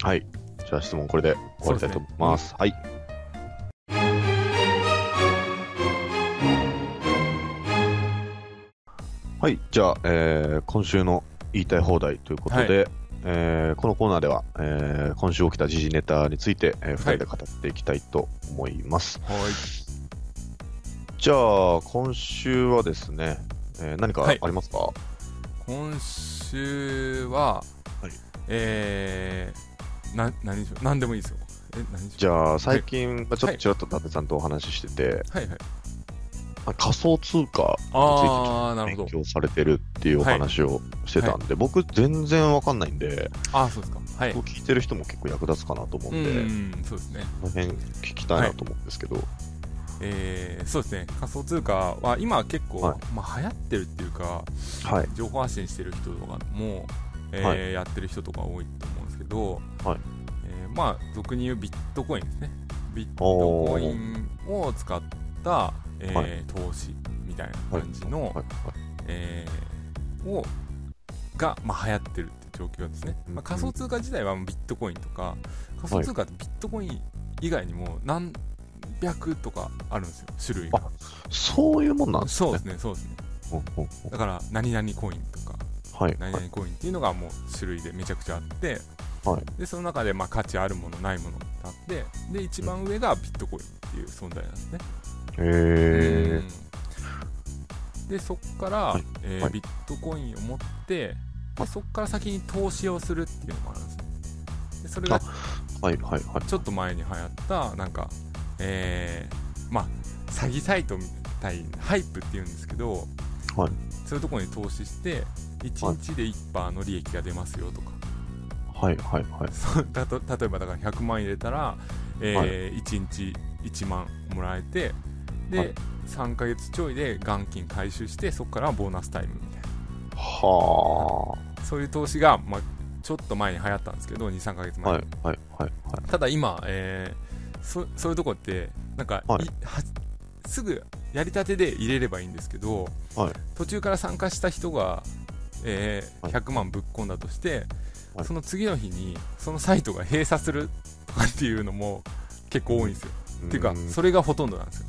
S1: はい。じゃあ質問これで終わりたいと思います。はい。はい。じゃあ、えー今週の言いたい放題ということで、えーこのコーナーでは、えー今週起きた時事ネタについて、え2人で語っていきたいと思います。
S2: はい、
S1: じゃあ、今週はですね、えー何か
S2: はい
S1: ありますか、
S2: 今週は、
S1: はい
S2: えー、な何でしょう、何でもいいですよ。え、何でしょう。
S1: じ
S2: あ、
S1: ゃあ、最近、まあちょっと
S2: はい
S1: ちらっと伊達さんとお話ししてて、
S2: はいはい。
S1: まあ仮想通貨
S2: ああ、なる
S1: 勉
S2: ほど。
S1: 強されてるっていうお話をしてたんで、僕全然わかんないんで、
S2: ああ、そうですか。はい
S1: こ。う聞いてる人も結構役立つかなと思う
S2: うん
S1: で、
S2: ん、そうですね。
S1: この辺聞きたいなと思うんですけど、
S2: えー、そうですね。仮想通貨は今結構、
S1: はい
S2: まあ流行ってるっていうか、
S1: はい、
S2: 情報発信してる人とかも、えー
S1: はい
S2: やってる人とか多いと思うんですけど、
S1: はい
S2: えーまあ俗に言うビットコインですねビットコインを使った、えー
S1: はい
S2: 投資みたいな感じの、
S1: はい、
S2: えーをが、まあ、流行ってるっていう状況ですね、
S1: うん
S2: まあ、仮想通貨自体はビットコインとか仮想通貨ってビットコイン以外にも何百とかあるんですよ種類が
S1: そういうもんなんです
S2: そう
S1: ね
S2: で。すねそうですね
S1: ほうほうほ
S2: だから何々コインとか
S1: うはい、
S2: 何
S1: はい、
S2: 々コインっていうのがもう種類でめちゃくちゃあって、
S1: は
S2: でその中でまあ価値あるものないものってあってで一番上がビットコインっていう存在なんですね、
S1: え
S2: うんでそこから、
S1: はい
S2: えー
S1: はい
S2: ビットコインを持ってでそこから先に投資をするっていうのもあるんですねでそれが
S1: あー、はい、はい、はい。
S2: ちょっと前に流行ったなんかえーまあ詐欺サイトみたいなハイプっていうんですけど、
S1: はい
S2: そういうところに投資して1日で1%の利益が出ますよとか、
S1: はい、はい、はい。
S2: そう <laughs> たと例えばだから100万入れたら、えー1日1万もらえてで、
S1: はい
S2: 3ヶ月ちょいで元金回収してそこからボーナスタイムみたい
S1: は
S2: なそういう投資が、まあ、ちょっと前に流行ったんですけど23ヶ月
S1: あ、
S2: 前、
S1: はい、はい、はい、はい。
S2: ただ今、えーそそういうとこってなんか、
S1: はい
S2: いはすぐやりたてで入れればいいんですけど、
S1: はい
S2: 途中から参加した人が、えー
S1: はい
S2: 100万ぶっ込んだとして、
S1: はい
S2: その次の日にそのサイトが閉鎖するとかっていうのも結構多いんですよ、っていうか
S1: ん
S2: それがほとんどなんですよ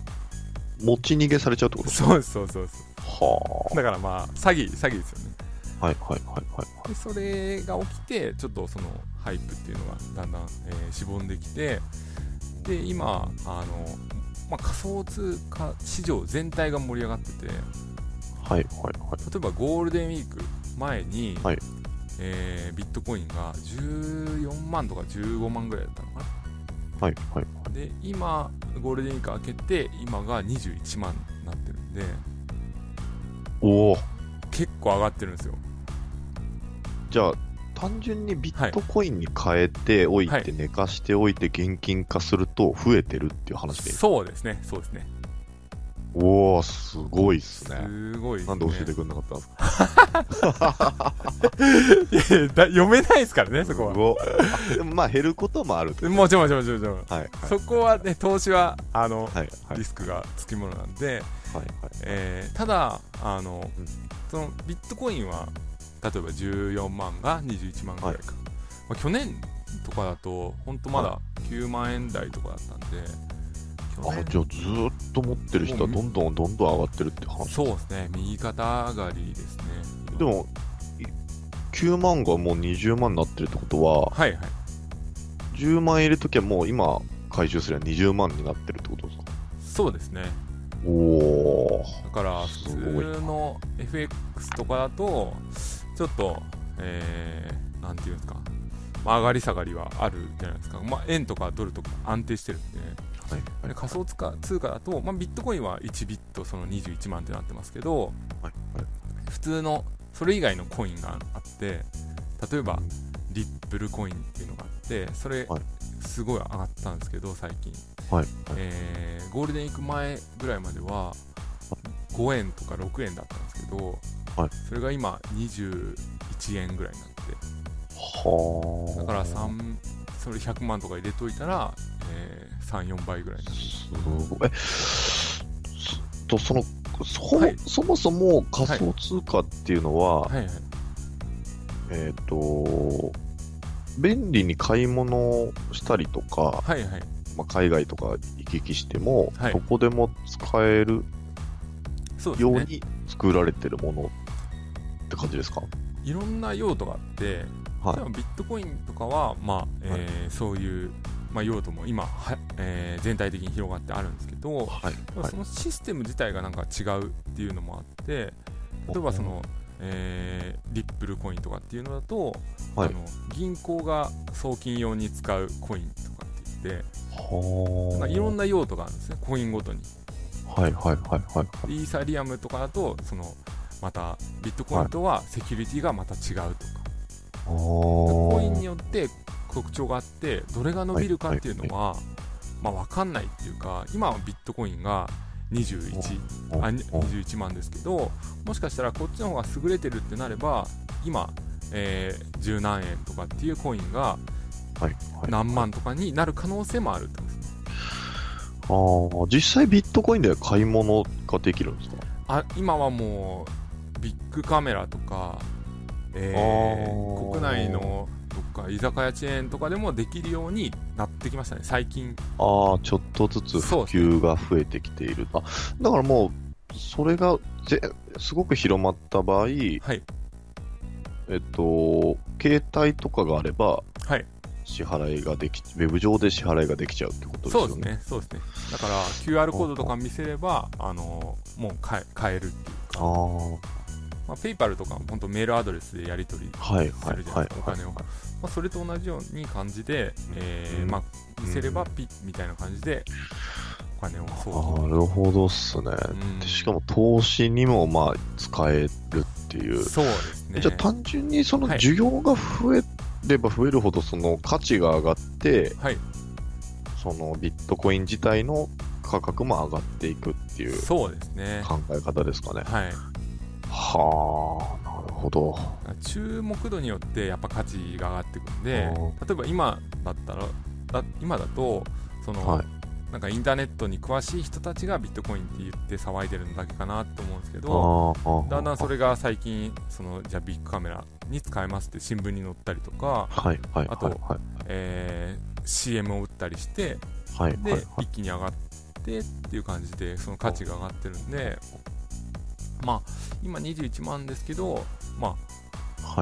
S1: 持ち逃げされちゃうってこと
S2: そうですそうですそうです
S1: は
S2: だからまあ詐欺詐欺ですよね
S1: あ。はいはいはいはい。
S2: でそれが起きてちょっとそのハイプっていうのがだんだん、えーしぼんできてで今あの、まあ、仮想通貨市場全体が盛り上がってて例
S1: はいはいはい。
S2: えばゴールデンウィーク前に、
S1: はい
S2: えービットコインが14万とか15万ぐらいだったのか
S1: はいはいはい。
S2: なで今ゴールデンウィーク明けて今が21万になってるんで
S1: おお。
S2: 結構上がってるんですよ
S1: じゃあ、単純にビットコインに変えておい
S2: はい
S1: て、寝かしておいて現金化すると増えてるっていう話でいい。
S2: そうですねそうですね
S1: おお、すごいっすね。
S2: すごいですね
S1: なんで教えてくれなかったんですか
S2: いや <laughs> いやだ読めないですからねそこは
S1: すごいあでもまあ減ることもあると。
S2: もちろんもちろんもちろんもちろん
S1: はいはい。
S2: そこはね投資はあの、
S1: はいはい
S2: リスクがつきものなんで、
S1: はいはい。
S2: えーただあの、
S1: うん
S2: そのビットコインは例えば14万が21万ぐらいか、まあ、去年とかだと本当まだ9万円台とかだったんで去
S1: あ
S2: 年
S1: じゃあずーっと持ってる人はどんどんどんどん上がってるって話
S2: そうですね右肩上がりですね今
S1: でもい9万がもう20万になってるってことは
S2: はいはい
S1: 10万入れときはもう今回収すれば20万になってるってことですか
S2: そうですね
S1: おお
S2: だから
S1: す
S2: 普
S1: ごい
S2: 通の FX とかだとちょっと、えー、なんていうんですか、まあ、上がり下がりはあるじゃないですか、まあ、円とかドルとか安定してるんで
S1: はい
S2: で仮想通貨通貨だと、まあ、ビットコインは1ビットその21万ってなってますけど
S1: はい
S2: 普通のそれ以外のコインがあって例えばリップルコインっていうのがあってそれ
S1: はい
S2: すごい上がったんですけど最近
S1: はいはい
S2: えーゴールデンウィーク前ぐらいまでは5円とか6円だったんですけど、
S1: はい
S2: それが今21円ぐらいになって
S1: はあ
S2: だから3それ100万とか入れといたら、え34倍ぐらいになる
S1: すごいえすとそのそ,、
S2: はい
S1: そもそも仮想通貨っていうのは、
S2: はいはい
S1: えっ、と便利に買い物をしたりとか、
S2: はいはい
S1: まあ、海外とか行き来しても、
S2: はい
S1: どこでも使える
S2: そうです
S1: よう
S2: ね
S1: に作られてるものって感じですか
S2: いろんな用途があって、
S1: はい
S2: でもビットコインとかは、まあえーそういう、まあ、用途も今は、えー全体的に広がってあるんですけど、
S1: はいはい
S2: そのシステム自体がなんか違うっていうのもあって例えばその、えーリップルコインとかっていうのだと、
S1: はい
S2: あの銀行が送金用に使うコインとかって言ってなん
S1: は
S2: かいろん
S1: な
S2: な用途があるんですねコインごとに
S1: はいはいはいはい
S2: でイーサリアムとかだとそのまたビットコインとはセキュリティがまた違うとか、コ
S1: コ
S2: インによって特徴があってどれが伸びるかっていうのは、まあ、分かんないっていうか今はビットコインが21あに21万ですけどもしかしたらこっちの方が優れてるってなれば今、えー十何円とかっていうコインが
S1: はいはい、
S2: 何万とかになる可能性もあるってことですね
S1: あー実際ビットコインで買い物ができるんですか、
S2: あ今はもうビッグカメラとか、えー
S1: あー
S2: 国内のどっか居酒屋チェーンとかでもできるようになってきましたね最近
S1: ああちょっとずつ普
S2: そうです
S1: 及が増えてきているあだからもうそれがぜすごく広まった場合え
S2: はい
S1: っと携帯とかがあれば
S2: はい
S1: 支払いができウェブ上で支払いができちゃうってことです
S2: そ
S1: よ
S2: うです
S1: ね
S2: ねそうですねだから QR コードとか見せればあのもう買え買えるっていう
S1: あ
S2: か
S1: あー
S2: まあ、ペイパルとかも本当メールアドレスでやり取り
S1: はい
S2: す
S1: はい
S2: るじゃな
S1: はいい
S2: ですか、お金を、まあ、それと同じように感じで、えー
S1: うん
S2: まあ、見せればピッみたいな感じでお金を送
S1: なるほどっすね、
S2: 金、うん
S1: でしかも投資にもまあ使えるっていう、
S2: そうですね
S1: じゃあ単純にその
S2: はい
S1: 需要が増えれば増えるほどその価値が上がって、
S2: はい
S1: そのビットコイン自体の価格も上がっていくっていう
S2: そうですね
S1: 考え方ですかね
S2: はい
S1: はあなるほど
S2: 注目度によってやっぱ価値が上がっていくんで
S1: お
S2: 例えば今だったらだ今だとその、
S1: はい
S2: なんかインターネットに詳しい人たちがビットコインって言って騒いでるのだけかなと思うんですけど
S1: あーあー
S2: だんだんそれが最近そのじゃあビッグカメラに使えますって新聞に載ったりとか、
S1: はいはい
S2: あと
S1: はいはい
S2: えー CM を打ったりして
S1: はいはい
S2: で
S1: はい
S2: 一気に上がってっていう感じでその価値が上がってるんでまあ今21万ですけど、ま
S1: は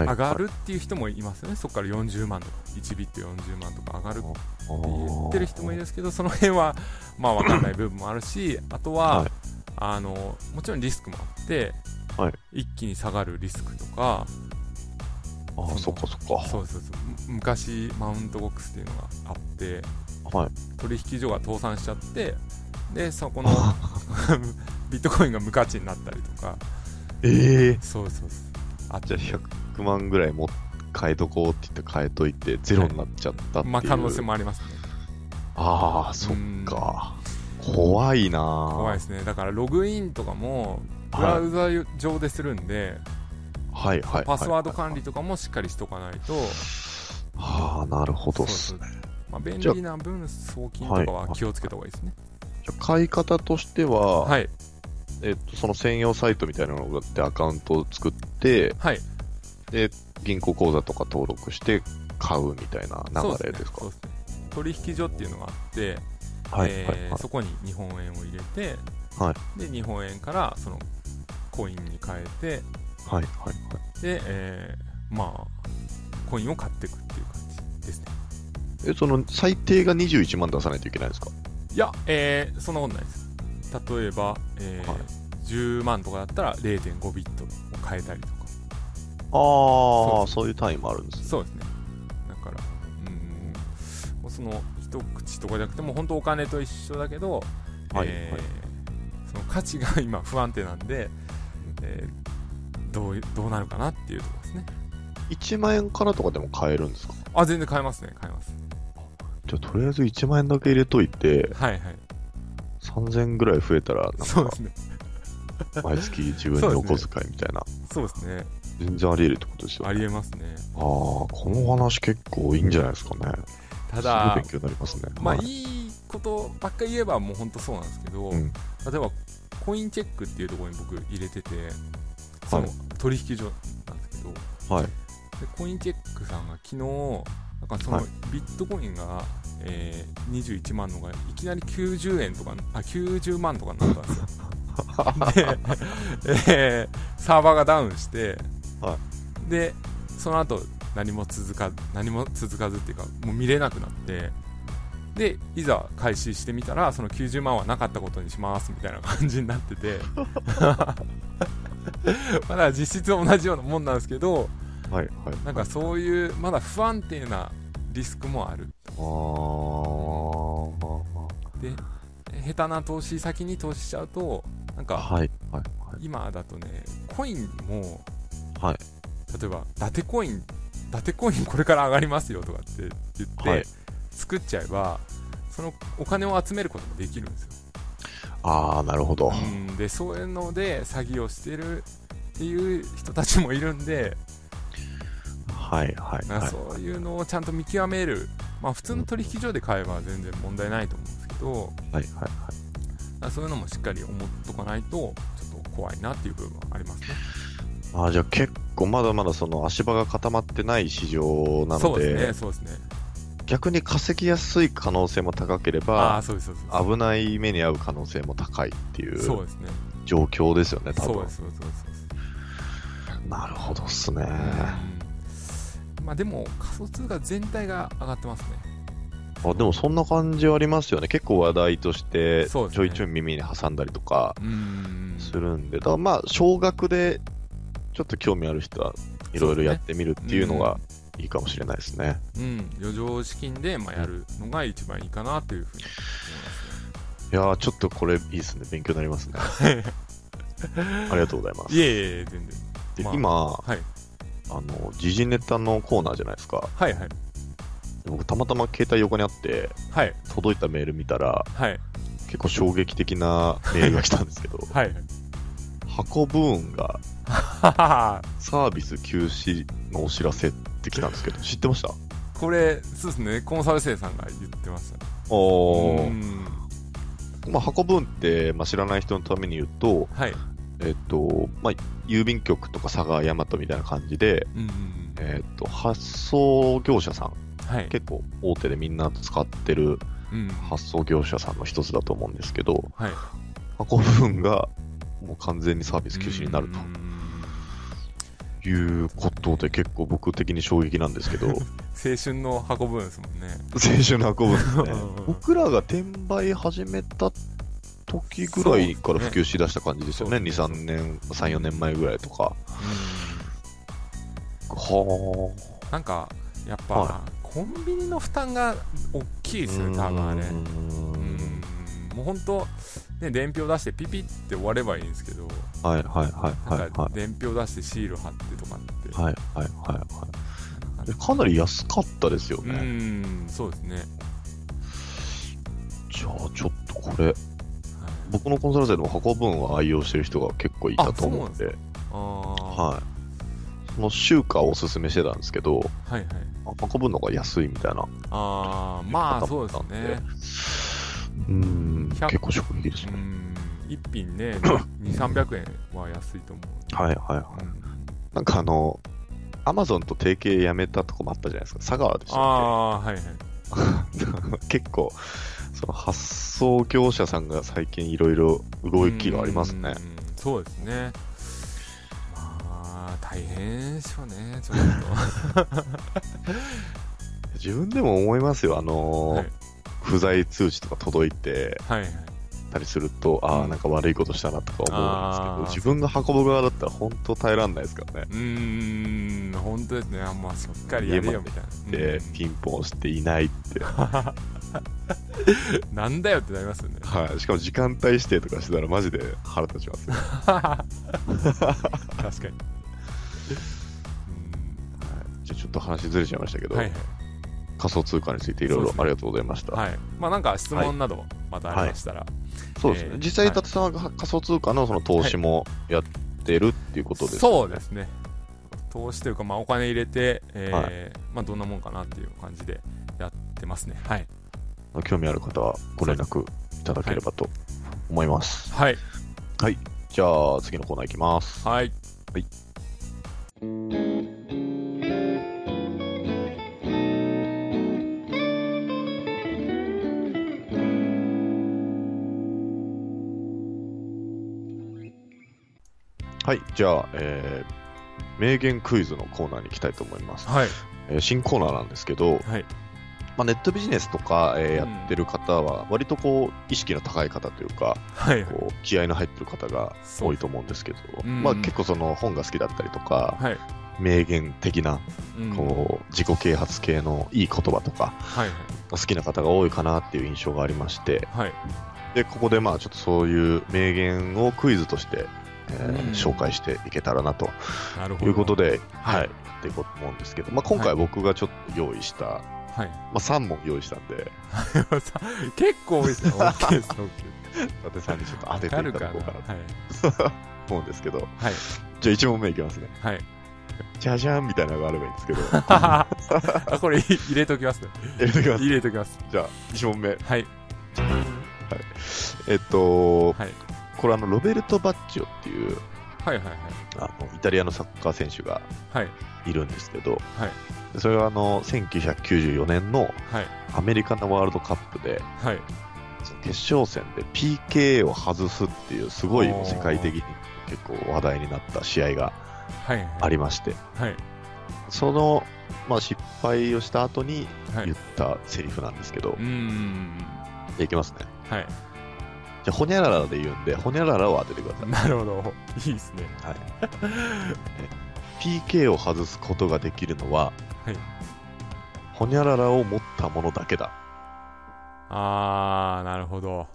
S2: あ、
S1: い。
S2: 上がるっていう人もいますよね、そこから40万とか1ビット40万とか上がるって言ってる人もいるんですけどその辺はまあ分かんない部分もあ
S1: <laughs>
S2: るしあとは、
S1: はい
S2: あのもちろんリスクもあって、
S1: はい
S2: 一気に下がるリスクとか
S1: あーあー、そっかそっか。
S2: そうそうそうむ昔マウントボックスっていうのがあって
S1: はい。
S2: 取引所が倒産しちゃってで
S1: <laughs>
S2: そこのビットコインが無価値になったりとか
S1: ええ
S2: そうそうそうあ
S1: じゃあ100万ぐらいも変えとこうって言って変えといてゼロになっちゃったっていう、
S2: まあ可能性もありますね
S1: ああそっか怖いな
S2: 怖いですねだからログインとかもブラウザ上でするんで、
S1: はいはいはい
S2: パスワード管理とかもしっかりしとかないと、
S1: ああなるほどっす
S2: そう
S1: ね
S2: そうまあ、便利な分送金とかは気をつけた方がいいですね
S1: じゃあ買い方としては、
S2: はい
S1: えっと、その専用サイトみたいなのがあってアカウントを作って
S2: はい
S1: 銀行口座とか登録して買うみたいな
S2: そう
S1: 流れですか
S2: ねそうですね取引所っていうのがあって、
S1: はい
S2: え
S1: はい
S2: ー
S1: はい
S2: そこに日本円を入れて、
S1: は
S2: で日本円からそのコインに変え
S1: はいはいはい
S2: てで、えーまあコインを買っていくっていう感じですね
S1: えその最低が21万出さないといけないんですか
S2: いや、えーそんなことないです例えば、えー
S1: はい
S2: 10万とかだったら0.5ビットを変えたりとか
S1: あ
S2: そうそう
S1: あそういう単位もあるんですね
S2: そうですねだからうんもうその一口とかじゃなくてもう本当お金と一緒だけど、
S1: はい
S2: えー
S1: はい
S2: その価値が今不安定なんで、えーどういどうなるかなっていうところですね
S1: 1万円からとかでも買えるんですか
S2: あ全然買えますね買えます
S1: じゃあとりあえず1万円だけ入れといて
S2: はいはい
S1: 3000ぐらい増えたらなん
S2: そう
S1: か
S2: ですね
S1: 毎月自分のお小遣いみたいな、
S2: そうですね
S1: 全然あり得るってことですよ
S2: あ
S1: ね
S2: りえますね
S1: ああこの話結構いいんじゃないですかねす
S2: た
S1: ごい
S2: だ
S1: 勉強になりますね
S2: まあ
S1: はい
S2: いいことばっかり言えばもう本当そうなんですけど、
S1: うん
S2: 例えばコインチェックっていうところに僕入れててその
S1: はい
S2: 取引所なんですけど、
S1: はい
S2: でコインチェックさんが昨日なんかそ
S1: は
S2: の
S1: い
S2: ビットコインが、えー21万のがいきなり90円とかあ90万とかになっ
S1: <laughs>
S2: たんですよで、えーサーバーがダウンして、
S1: は
S2: でその後何も続か何も続かずっていうかもう見れなくなってでいざ開始してみたらその90万はなかったことにしますみたいな感じになって <laughs> てまあだから実質同じようなもんなんですけど
S1: はいはい
S2: なんかそういうまだ不安定なリスクもある
S1: あー
S2: で下手な投資先に投資しちゃうとなんか
S1: はいはい
S2: 今だとねコインも、
S1: はい
S2: 例えば伊達コイン伊達コインこれから上がりますよとかって言って、
S1: はい
S2: 作っちゃえばそのお金を集めることもできるんですよ、
S1: ああなるほど、
S2: うん、でそういうので詐欺をしてるっていう人たちもいるんで
S1: はいはい
S2: なん
S1: は
S2: か
S1: い
S2: そういうのをちゃんと見極める、まあ、普通の取引所で買えば全然問題ないと思うんですけど
S1: はいはいはい
S2: なんかそういうのもしっかり思っとかないとちょっと怖いなっていう部分はありますね
S1: あーじゃあ結構まだまだその足場が固まってない市場な
S2: そ
S1: の
S2: う
S1: で
S2: ですねそうですね
S1: 逆に稼ぎやすい可能性も高けれ
S2: ああー
S1: ば
S2: そうですそうです
S1: 危ない目に遭う可能性も高いってい
S2: そう
S1: う
S2: ですね
S1: 状況ですよね多
S2: そう
S1: 分
S2: ですそうですそうです
S1: なるほどっすね
S2: うんまあでも仮想通貨全体が上がってますね
S1: あでもそんな感じはありますよね結構話題としてち
S2: そうですね
S1: ょいちょい耳に挟んだりとか
S2: うん
S1: するんでだからまあ少額でちょっと興味ある人はいろいろやってみるっていうのがいいかもしれないですね
S2: うん余剰資金でまあやるのが一番いいかなというふうに思いますね
S1: いやーちょっとこれいいですね勉強になり
S2: <laughs>
S1: ますねありがとうございます
S2: いえいえいえ全然
S1: で
S2: まあ
S1: 今
S2: はい
S1: あの時事ネタのコーナーじゃないですか
S2: はいは
S1: で
S2: い
S1: 僕たまたま携帯横にあって
S2: はい
S1: 届いたメール見たら
S2: はい
S1: 結構衝撃的なメールが来たんです
S2: <laughs>
S1: けど
S2: はい
S1: 箱ブーンが
S2: ははは
S1: サービス休止のお知らせって来たんですけど知ってました
S2: これそうですねコンサル生さんが言ってましたね
S1: お
S2: う
S1: ー、
S2: ん
S1: まあ、箱ブーンって、まあ、知らない人のために言うと、
S2: はい
S1: えっとまあ、郵便局とか佐賀大和みたいな感じで、
S2: うんうんうん
S1: えっと発送業者さん
S2: はい
S1: 結構大手でみんな使ってる
S2: うん
S1: 発送業者さんの一つだと思うんですけど
S2: はい
S1: 箱ブーンがもう完全にサービス休止になる
S2: うーん
S1: ということで、結構僕的に衝撃なんですけど、青
S2: 青春の運ぶんですもんね
S1: 春の運ぶんですね
S2: <laughs> うん。
S1: 僕らが転売始めた時ぐらいから普及しだした感じですよね、
S2: そう
S1: 2、
S2: ですね
S1: 3年、3、4年前ぐらいとか。は
S2: なんかやっぱ、
S1: は
S2: コンビニの負担が大きい
S1: あ。
S2: ですよね多分あれ
S1: うー
S2: うんんもうほんとね伝票出してピピって終わればいいんですけど
S1: はいはいはいは
S2: ないん
S1: は
S2: か伝票出してシール貼ってとかって、
S1: い。はいはいはいはい。でかなり安かったですよ
S2: う
S1: ね。
S2: んそうですね、
S1: じゃあちょっとこれ、
S2: はい、
S1: 僕のコンサル生でも箱分は愛用してる人が結構いたと思うんで、
S2: あー
S1: はい。その集荷をおすすめしてたんですけど、
S2: はいはい
S1: あ箱分の方が安いみたいな。
S2: あーまあそうですね
S1: うーん、
S2: 100
S1: 結構衝撃です
S2: う
S1: ね。
S2: ん一品
S1: <coughs>
S2: ね2300円は安いと思
S1: はいはいは
S2: う、うん
S1: い。なんかあの、アマゾンと提携やめたとこもあったじゃないですか。佐川でしたっけ
S2: ああーはいはい
S1: 結構、その発送業者さんが最近いろいろ動きがありますね。
S2: うんそうですねまあ大変でしょうねちょっ
S1: 自分でも思いますよ、あ
S2: と
S1: のー
S2: はい
S1: 不在通知とか届いて <laughs>
S2: はいはい
S1: たりすると、あ
S2: う
S1: あ、
S2: ん
S1: なんか悪いことしたなとか思うんですけど、自
S2: あー
S1: 分が運ぶ側だったら本当耐えらんないですからね。
S2: うーん本当ですねあんましっかりやれよみたいな
S1: で、ピンポン押していないって、
S2: うんなんだよってなります
S1: <laughs>
S2: よね
S1: はい、しかも時間帯指定とかしてたらマジで腹立ちますね。
S2: 確かに
S1: じゃあちょっと話ずれちゃいましたけ
S2: うん
S1: ど、
S2: はいはい
S1: 仮想通貨についていろい
S2: そうで
S1: ろ
S2: すね
S1: ありがとうございました。
S2: はい、まあなんか質問などまたありましたら、
S1: そうですね、
S2: えー
S1: 実際、
S2: はい
S1: 伊達さんは仮想通貨のその投資もやってるっていうことですよね、
S2: そうですね投資というか、まあ、お金入れて、えー
S1: は
S2: まあ、どんなもんかなっていう感じでやってますねはい、
S1: 興味ある方はご連絡いただければと思います。
S2: はい
S1: はい、じゃあ次のコーナーいきます。
S2: はい、
S1: はい、じゃあ、えー名言クイズのコーナーに行きたいと思います。
S2: はい
S1: えー新コーナーなんですけど、
S2: はい
S1: まあ、ネットビジネスとか、えー
S2: うん
S1: やってる方は、割とこう意識の高い方というか、
S2: はいはい
S1: こう気合の入ってる方が多いと思うんですけど、
S2: うん
S1: まあ、結構その本が好きだったりとか、
S2: はい
S1: 名言的な
S2: うん
S1: こう自己啓発系のいい言葉とか
S2: はい
S1: 好きな方が多いかなっていう印象がありまして
S2: はい
S1: でここでまあちょっとそういう名言をクイズとして、えー
S2: うん
S1: 紹介していけたらなと
S2: なるほ
S1: い
S2: ど
S1: うことで、
S2: はい
S1: はいやっていこうと思うんですけど、まあ、今回僕がちょっと用意した、
S2: はい <laughs>
S1: まあ、3問用意したんで
S2: 結構多いですね OK です OK
S1: 伊達さんにちょっと当てていた
S2: わかる
S1: だ
S2: かな
S1: こうかなと
S2: はい
S1: 思うんですけど
S2: はい
S1: じゃあ1問目いきますね
S2: はい
S1: じゃじゃんみたいなのがあればいいんですけど
S2: あこれい <laughs> 入れときますね
S1: やりときます
S2: 入れときます
S1: じゃあ1問目
S2: はい
S1: えっと、
S2: はい
S1: これあのロベルト・バッチオっていう
S2: はいはい
S1: あのイタリアのサッカー選手が
S2: はい
S1: いるんですけど、
S2: はい
S1: それはあの1994年の
S2: はい
S1: アメリカのワールドカップで
S2: はい
S1: その決勝戦で PK を外すっていうすごい
S2: おー
S1: 世界的に結構話題になった試合が
S2: はいはい
S1: ありまして
S2: はい
S1: その、まあ、失敗をした後に
S2: はい
S1: 言ったセリフなんですけど、
S2: うーん
S1: じゃあいきますね
S2: はい
S1: じゃあほにゃららで言うんでほにゃららを当ててください、
S2: <laughs> なるほど。いいですね。
S1: はい <laughs> え PK を外すことができるのは、
S2: はい
S1: ほにゃららを持ったものだけだ
S2: あー、なるほど。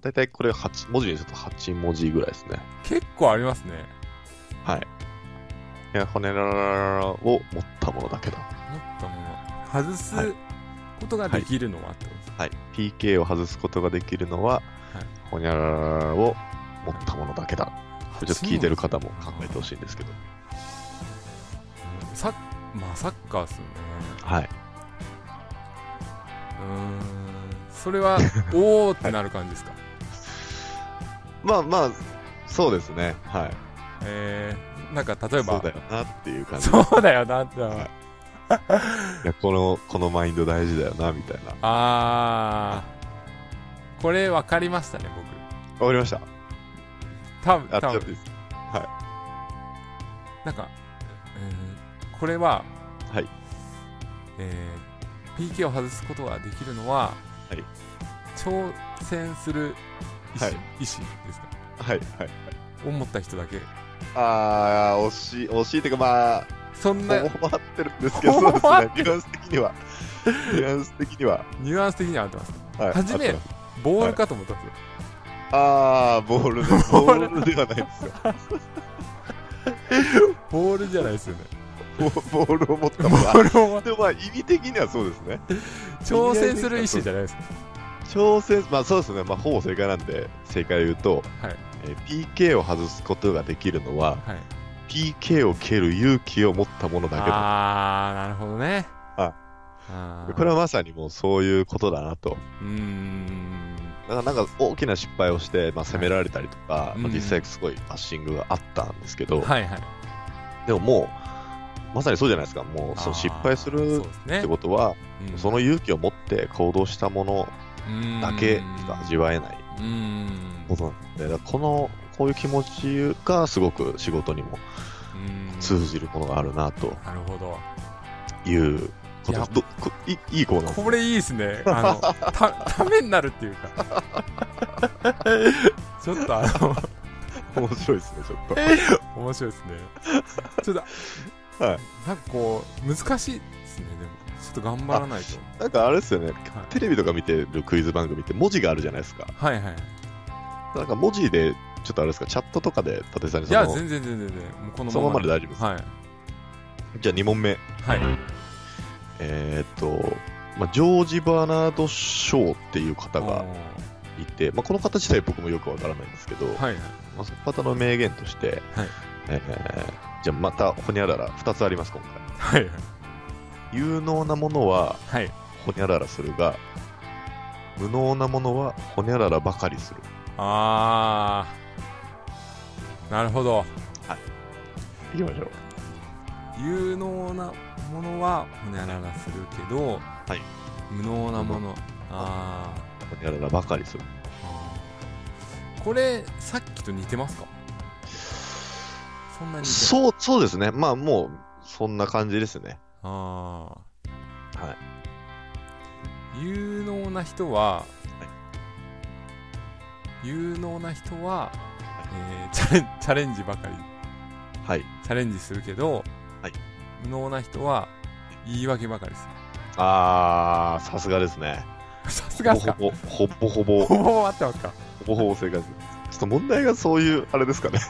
S1: 大体これ8文字にすると8文字ぐらいですね。
S2: 結構ありますね。
S1: はい。いや、骨ららららを持ったものだけだ。
S2: もっともの。外す
S1: はい
S2: ことができるのはってことです
S1: はい。PK を外すことができるのは、
S2: はい
S1: ほにゃららららを持ったものだけだ。これちょっと聞いてる方も考えてほ
S2: しい。
S1: しいんですけど。
S2: サッまあ、サッカーっすよね。
S1: はい。
S2: うーん。そ <laughs> れは、おーってなる感じですか。
S1: まあまあ、そうですね。はい。
S2: えー、なんか例え
S1: そ
S2: ば
S1: うだ、よなっていう感じ。い
S2: そうだよなって。
S1: や、この、このマインド大事だよな、みたいな。
S2: あー。これ分かりましたね、
S1: わかりました。
S2: 僕。多分
S1: あ、ち
S2: 多
S1: ょっ
S2: 分
S1: といいです
S2: なんか、えーこれは、
S1: はい
S2: えー PK を外すことができるのは、
S1: はい
S2: 挑戦する意思,、
S1: はい
S2: ですか
S1: はい、はい。
S2: を持った人だけ
S1: あー、惜しい、惜しいというか、まあ、
S2: そんな
S1: 思ってるんですけど、
S2: ほ
S1: そ
S2: ぼ
S1: うです
S2: 合
S1: ね
S2: っ。
S1: ニュアンス的には。ニュアンス的には。
S2: ニュアンス的には合ってます
S1: はい。
S2: 初め
S1: 合ってます
S2: ボールかと思ったんですよ、
S1: あー、 <laughs> ボールで、ボールではないですよ。
S2: ボールじゃないですよね
S1: ボボールを持った
S2: ボ
S1: まま。
S2: ールを
S1: でもまあ、意味的にはそうですね。
S2: 挑戦する意思じゃないですか
S1: 挑戦、まあそうですね、まあ、ほぼ正解なんで、正解を言うと、
S2: はい
S1: えー PK を外すことができるのは、
S2: はい
S1: PK を蹴る勇気を持ったものだけだ。
S2: ああなるほどね
S1: はい
S2: あー
S1: これはまさにもうそういうことだなと。
S2: うーん
S1: なんかなんか大きな失敗をして、まあ、攻められたりとか、
S2: うん
S1: まあ、実際すごいバッシングがあったんですけど、
S2: はいはい
S1: でももう、まさにそうじゃないですか、もうその
S2: あー
S1: 失敗す
S2: そう
S1: る
S2: です
S1: って
S2: ね
S1: ことは、
S2: うん
S1: その勇気を持って行動したものだけしか味わえないう
S2: ーん
S1: ことなんで、だからこの、こういう気持ちがすごく仕事にも通じるものがあるなと
S2: なるほど
S1: いうこと
S2: いや
S1: どこいいいコーナーです
S2: これいいで
S1: <laughs>
S2: すねあのたためになるっていうか <laughs> ちょっとあの
S1: 面白いですね、ちょっと。
S2: 面白いですねちょっと、
S1: はい
S2: なんかこう難しいですねでもちょっと頑張らないと
S1: なんかあれですよね、
S2: はい
S1: テレビとか見てるクイズ番組って文字があるじゃないですか。
S2: はいはい
S1: なんか文字で、ちょっとあれですか、チャットとかで伊達さんに
S2: い
S1: そ
S2: や
S1: の
S2: 全然全然全然もうこのまま
S1: そのままで大丈夫です。
S2: はい
S1: じゃあ2問目。
S2: はい
S1: えーっと、まあ、ジョージ・バーナード・ショーっていう方が
S2: おー
S1: いて、まあ、この方自体僕もよくわからないんですけど、
S2: はいはい
S1: まあ、その方の名言として、
S2: はい
S1: えーじゃあまたほにゃらら2つあります、今回。
S2: はい
S1: 有能なものは
S2: はい
S1: ほにゃららするが、無能なものはほにゃららばかりする。
S2: あーなるほど
S1: いきましょう。
S2: 有能なものはほにゃららするけど、
S1: はい
S2: 無能なものあー
S1: ほにゃららばかりする。
S2: あーこれさっきと似てますかそんなに似てない
S1: そう、そうですね。まあもう、そんな感じですね。
S2: あー
S1: はい
S2: 有能な人は、
S1: は
S2: 有能な人は、えーチャレンチャレンジばかり
S1: はい。
S2: チャレンジするけど、
S1: はい
S2: 無能な人は言い訳ばかりす
S1: あー、さすがですね。
S2: る <laughs> さすがっすか
S1: ほぼほぼ、ほぼほぼ、
S2: ほ
S1: ほ
S2: ぼほぼ合ってますか
S1: ぼほぼ正解です。ちょっと問題がそういう、あれですかね。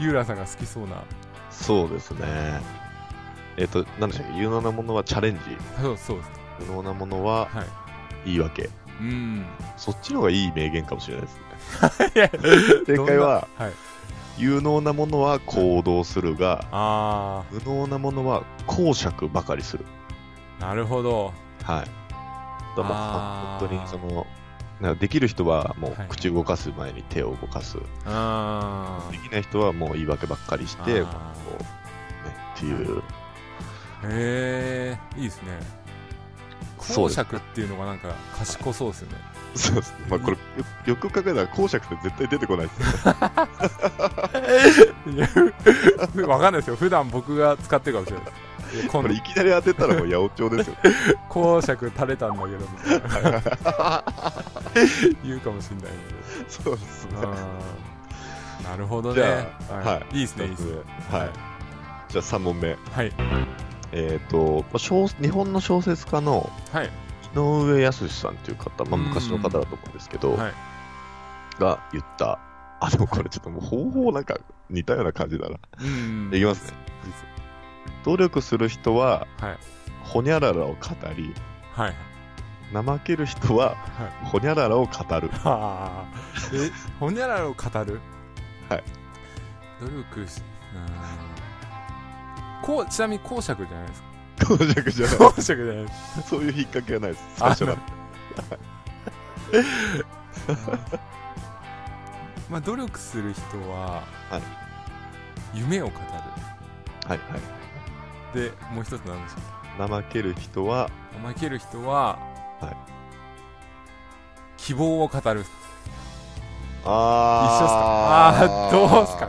S2: ユーラさんが好きそうな
S1: そうですね。えっ、と、なんでしたっけ、有能なものはチャレンジ、
S2: そうそうです
S1: 無能なものは
S2: はい
S1: 言い訳。
S2: うん
S1: そっちの方がいい名言かもしれないですね。
S2: いや <laughs>
S1: 正解は、
S2: どんなはい
S1: 有能なものは行動するが、
S2: <laughs> あ
S1: 無能なものは講釈ばかりする。
S2: あなるほど
S1: はい。だからまあ
S2: あ
S1: 本
S2: ー
S1: 当にその、なんかできる人はも
S2: は
S1: う
S2: い
S1: 口動かす前に手を動かす。
S2: あ
S1: できない人はもう言い訳ばっかりし
S2: あ
S1: て、こ
S2: あ
S1: うね、っていう。
S2: ーへえいいですね
S1: そうで
S2: 公
S1: す
S2: 爵っていうのがなんか賢そうですよね
S1: そうですね。まあこれ、よよく考えたら講釈って絶対出てこないですよ。
S2: いやふわかんないですよ普段僕が使ってるかもしれないですい <laughs> や
S1: これ
S2: 今度
S1: いきなり当てたらもう八百長
S2: <laughs>
S1: ですよ。
S2: 公爵垂れたんだけどみたいな <laughs> 言うかもしれないので
S1: そうですね。
S2: あーなるほど
S1: じ
S2: ね
S1: ゃはい
S2: いいですねいいですね
S1: はい。じゃあ3問目。
S2: はい
S1: えっ、と、まあ小、日本の小説家の
S2: はい
S1: 井上康さんという方、まあ、
S2: うん
S1: 昔の方だと思うんですけど、
S2: はい
S1: が言った、あ、でもこれちょっともう方法なんか似たような感じだな。
S2: うん
S1: いきますね。
S2: いいです
S1: 努力する人は、
S2: はい
S1: ほにゃららを語り、
S2: はい
S1: 怠ける人は、
S2: はい
S1: ほにゃららを語
S2: <laughs>
S1: る。
S2: はあえほにゃららを語る
S1: はい
S2: 努力しうんこうちなみに公爵じゃないですか
S1: 到着じゃない。
S2: 公爵じゃないです
S1: そういう引っ掛けはないです。最初は。
S2: まあ努力する人は、
S1: は
S2: 夢を語る
S1: はいはい。
S2: でもう一つなんでしょ
S1: 怠ける人は、
S2: う負ける人は、
S1: はい
S2: 希望を語る一緒っすかあ
S1: あ
S2: あーどうっすか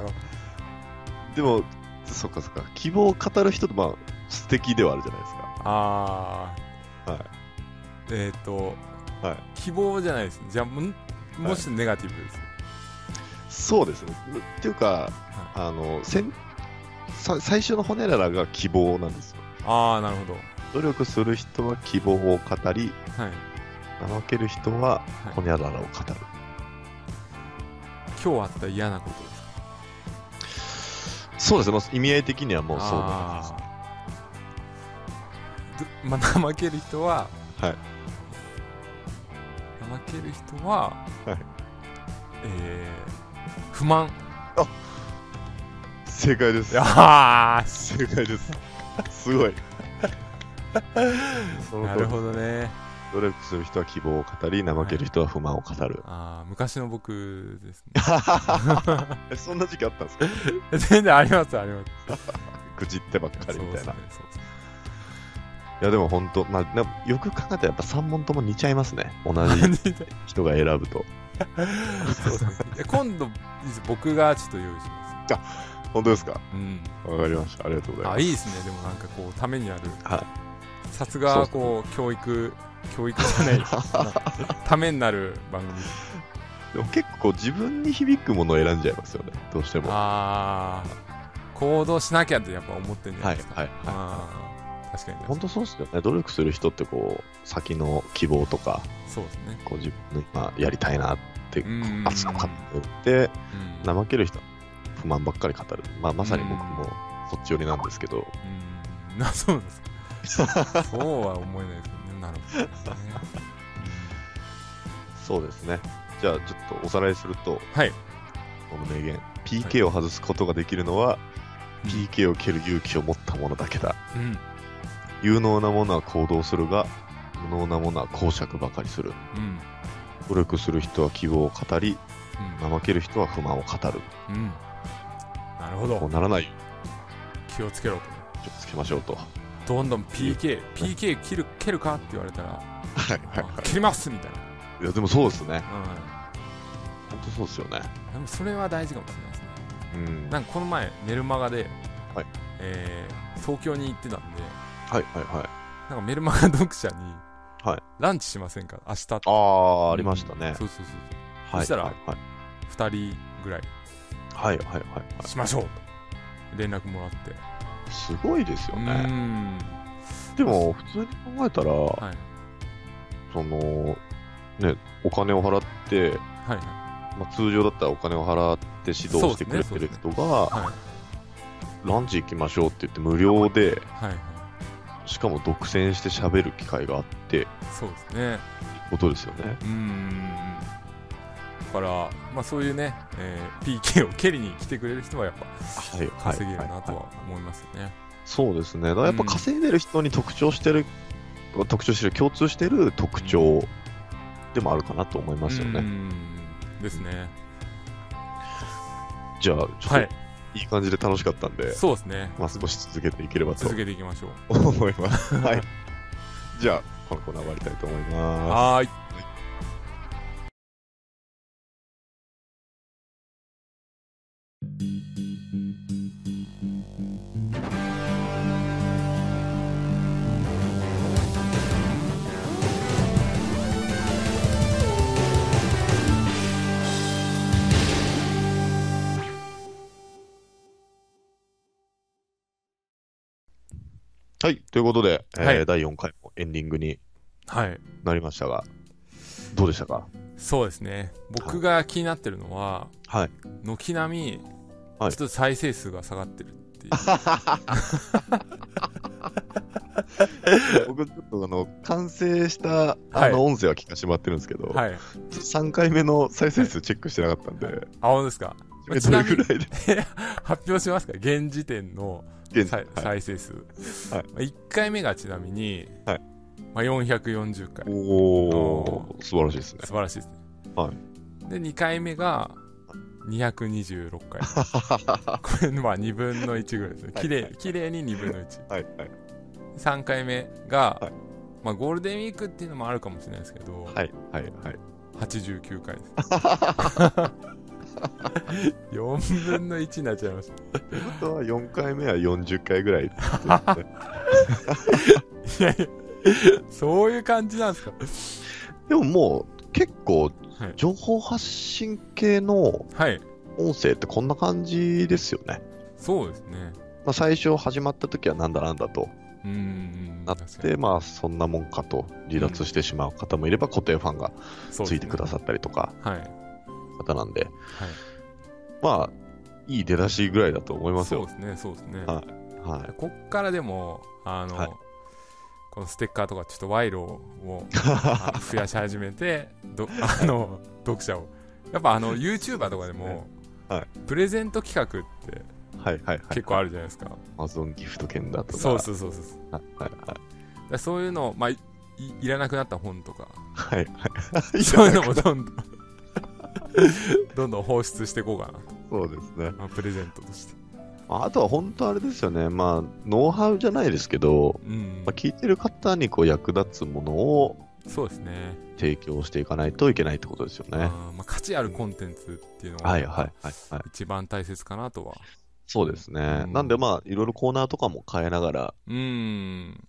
S1: でも、そっかそっか。希望を語る人って、まあ、素敵ではあるじゃないですか。
S2: ああ
S1: はい
S2: えっ、と、
S1: はい
S2: 希望じゃないですじゃあもんもしネガティブです、
S1: そうですね。っていうか、あの、せんさ最初のホネララが希望なんですよ。
S2: ああなるほ
S1: 努
S2: ど
S1: 力する人は希望を語り、
S2: はい
S1: 怠ける人はホネララを語る。
S2: 今日あった嫌なことですか
S1: そうですね。まあ意味合い的にはもうそうなんです。
S2: あーどまあ怠ける人は
S1: はい
S2: 怠ける人は、
S1: はい
S2: えー不満
S1: 正解です。
S2: ああ
S1: 正解です。すごい。その
S2: な
S1: 通り
S2: るほどね
S1: 努力する人は希望を語り、怠ける人は不満を語
S2: <laughs>
S1: る。
S2: あー昔の僕ですね
S1: えそんな時期あったんですか
S2: 全然ありますあります
S1: 愚痴ってばっかりみたい
S2: そ
S1: な。
S2: うですねそうですね
S1: いやでも本当、まあ、なよく考えたらやっぱ3問とも似ちゃいますね。同じ人が選ぶと。
S2: そうですねいや今度僕がちょっと用意しま
S1: 本当ですか
S2: す、うん、
S1: わかりました。ありがとうございま
S2: あ
S1: す。
S2: いいですねでもなんかこうためになる
S1: は
S2: さす
S1: そう
S2: が
S1: そう
S2: こう教育教育じゃないなんかためになる
S1: <laughs>
S2: 番組
S1: でも結構自分に響くものを選んじゃいますよね。どうしても。は
S2: ああ行動しなきゃってやっぱ思ってんじ
S1: い
S2: ゃな
S1: はいい
S2: ですか、
S1: はい。
S2: あー確かに
S1: 本当そうですよね。努力する人ってこう、先の希望とか、
S2: そうですね
S1: こう自分の今やりたいなって
S2: うんうんう、ん
S1: 熱く語って、
S2: うん
S1: 怠ける人は不満ばっかり語る。まあまさに僕もそっち寄りなんですけど、
S2: うん <laughs> なそうなんですかそうは思えないですよねなるほどね、
S1: <laughs> そうですね。じゃあちょっとおさらいすると、
S2: はい
S1: この名言。PK を外すことができるのは、PK を蹴る勇気を持った者だけだ。
S2: うんうん
S1: 有能な者は行動するが、無能な者は講釈ばかりする。
S2: うん
S1: 努力する人は希望を語り、
S2: うん
S1: 怠ける人は不満を語る。
S2: うん、なるほ
S1: こう
S2: ど
S1: ならないよ
S2: 気をつけろと
S1: うに気をつけましょうと。
S2: どんどん PK、PK 切る蹴るかって言われたら
S1: はい
S2: あ切りますみたいな、
S1: <laughs> い。いや、でもそうですね。
S2: う
S1: 本当そうですよね。
S2: ん、でもそれは大事かもしれないですね
S1: うん。
S2: なんかこの前メルマガで、
S1: はい
S2: えー東京に行ってたんで
S1: はいはいはい。
S2: なんかメルマガ読者に、
S1: はい
S2: ランチしませんか明日って
S1: ああ、ありましたね。
S2: そうそうそう
S1: はい
S2: そしたら
S1: はいはい
S2: そう2人ぐらい
S1: はいはいはいは
S2: しましょうと連絡もらって
S1: い。すごいですよ
S2: う
S1: ね。
S2: ん
S1: でも、普通に考えたら、
S2: はい
S1: その、ね、お金を払って、
S2: はいは
S1: まあ、通常だったらお金を払って指導してくれてる人が、
S2: そうですねそうで
S1: ランチ行きましょうって言って無料で、
S2: いはいは
S1: しかも独占して喋る機会があって、
S2: いそうですね
S1: ことですよね。
S2: うーんだから、まあ、そういうね、えー PK を蹴りに来てくれる人はやっぱ
S1: はい、
S2: 稼げるなと
S1: はいはい
S2: は思いますよね。
S1: そうですね。だからやっぱ稼いでる人に特徴してる、特徴してる、共通してる特徴でもあるかなと思いますよね。
S2: うーんですね。
S1: じゃあ、ちょ
S2: は
S1: っ
S2: い、
S1: といい感じで楽しかったんで、
S2: そうですね。
S1: まあ少し続けていければと
S2: 続けていきましょう。
S1: 思います。はい。じゃあ、このコーナー終わりたいと思います。
S2: はーい。
S1: はい、ということで、えー
S2: はい
S1: 第4回もエンディングに
S2: はい。
S1: なりましたが、どうでしたか
S2: そうですね。僕が気になってるのは、
S1: はい
S2: 軒並み、
S1: はい
S2: ちょっと再生数が下がってるっていう。
S1: 僕、ちょっとあの、完成した、
S2: は
S1: あ
S2: い
S1: の、音声は聞かしてもらってるんですけど、
S2: はい。
S1: 3回目の再生数チェックしてなかったんで、
S2: あ、本当ですか。
S1: え
S2: ち
S1: ど
S2: な
S1: れ
S2: みに
S1: ぐらいで
S2: 発表しますか現時点の
S1: 現在
S2: 再再生数。
S1: はい
S2: 1回目がちなみに、
S1: はい
S2: まあ、440回。
S1: おー、素晴らしいですね
S2: 素。晴らしいですね。
S1: は
S2: で、2回目が226回。
S1: <laughs>
S2: これ、まあ2分の1ぐらいですね。綺麗、綺麗に2分の1。
S1: はい、はい、
S2: 3回目が、
S1: はい
S2: まあゴールデンウィークっていうのもあるかもしれないですけ
S1: <laughs>
S2: ど、
S1: はい、はい、はい。
S2: 89回です。 4分の1になっちゃいまし
S1: あとは4回目は40回ぐらい。
S2: た。いやいや、そういう感じなんですか。
S1: でももう結構
S2: はい、
S1: 情報発信系の
S2: はい、
S1: 音声ってこんな感じですよね。
S2: そうですね。
S1: まあ、最初始まった時はなんだなんだと
S2: うーん。
S1: なっ
S2: 確かに
S1: て、まあそんなもんかと離脱してしまう方もいれば固定ファンがついてくださったりとか
S2: そうですね
S1: 方なんで、まあいい出だしぐらいだと思い
S2: はい。
S1: ます
S2: そう
S1: よ。
S2: ですね、そうですね。
S1: ははい。
S2: こっからでも、あの、
S1: はい
S2: このステッカーとかちょっと賄
S1: <laughs>
S2: 賂をあの増やし始めて、どあの読者を。やっぱあの YouTuber とかでも、
S1: はい
S2: プレゼント企画って
S1: はいはいはい。
S2: 結構あるじゃないですか。
S1: Amazon ギフト券だとか。
S2: そうそうそうそう。
S1: はいはいはい。
S2: だからそういうの、まあい、いいらなくなった本とか、
S1: はいはい。
S2: そういうのもどんどん <laughs> どんどん放出していこうかな、
S1: <laughs> そうですね。
S2: まあ、プレゼントとして。
S1: あとは本当あれですよね。まあ、ノウハウじゃないですけど、
S2: うん
S1: まあ、、聞いてる方にこう役立つものを
S2: そうですね。
S1: 提供していかないといけないってことですよ
S2: あー
S1: ね。
S2: まあ、価値あるコンテンツっていうの
S1: はい
S2: が
S1: はいはい、はい。
S2: 一番大切かなとは。
S1: そうですね。
S2: うん
S1: なんでまあ、いろいろコーナーとかも変えながら
S2: うん。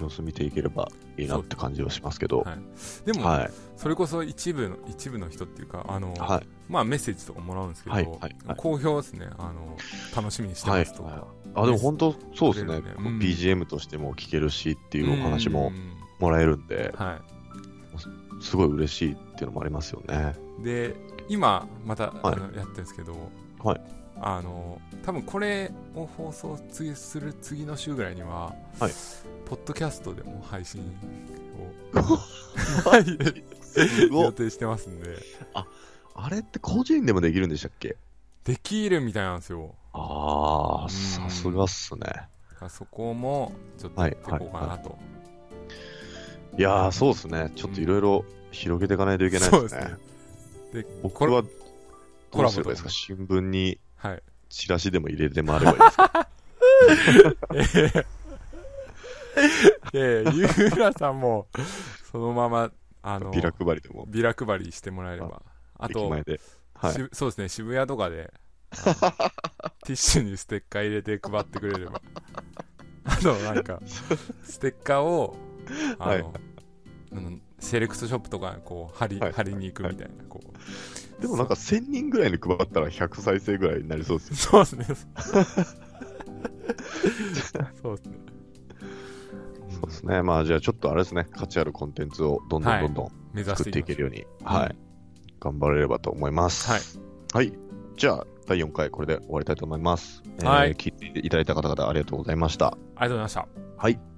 S1: 様子見ていければいいなって感じはしますけど。
S2: はいでも、
S1: はい。
S2: それこそ一部の一部の人っていうか、あの
S1: はい。
S2: まあ、メッセージとかもらうんですけど、
S1: はいはいはい
S2: 好評ですねあの、楽しみにして
S1: は
S2: ま
S1: い
S2: すとか。
S1: あ、でも本当そうですね。
S2: くれるね
S1: こ
S2: う
S1: うん BGM としても聞けるしっていうお話
S2: う
S1: も
S2: ん
S1: もらえるんで、
S2: はい、
S1: すごい嬉しいっていうのもありますよ
S2: <laughs>
S1: ね。
S2: で今また、
S1: はい
S2: あのやってるんですけど、
S1: はい
S2: あの多分これを放送次する次の週ぐらいには、
S1: はい
S2: ポッドキャストでも配信を
S1: すご
S2: 予
S1: い
S2: 定してますんで
S1: あれって個人でもできるんでしたっけ
S2: できるみたいなんですよ
S1: あ
S2: う
S1: あ、
S2: ん
S1: さすがっすね。
S2: だからそこもちょっとやっていこうかなと、
S1: いやー、そうですね。ちょっといろいろ広げていかないといけない
S2: そ
S1: で
S2: うですす
S1: ね
S2: ね。で
S1: 僕は
S2: コ
S1: どう
S2: ラボ
S1: す
S2: と
S1: ればいいですか新聞に
S2: はい <laughs>
S1: チラシでも入れて回ればいいですか
S2: えー、ゆうらさんもそのままあの
S1: ビラ配りでも。
S2: ビラ配りしてもらえればあ
S1: 駅
S2: と
S1: 前で。はい。
S2: しそうですね渋谷と
S1: <laughs>
S2: かであのティッシュにステッカー入れて配ってくれればあとなんかステッカーをあの、
S1: はい
S2: うんセレクトショップとかにこう貼り,、
S1: はい
S2: 貼りに行くみたいな、こう
S1: でもなんか1000人ぐらいに配ったら100再生ぐらいになりそうですよ。
S2: そうです
S1: <laughs>
S2: ねそうですね
S1: そうですね。まあじゃあちょっとあれですね。価値あるコンテンツをどんどんどんどん
S2: 目指し
S1: 作ってて
S2: い
S1: い
S2: き
S1: け
S2: まし
S1: るように、
S2: ょう
S1: はい。頑張れればと思います。
S2: はい。
S1: はい。じゃあ、第4回これで終わりたいと思います。えー
S2: はい
S1: 聞いていただいた方々ありがとうございました。
S2: ょうありがとうございました
S1: はい。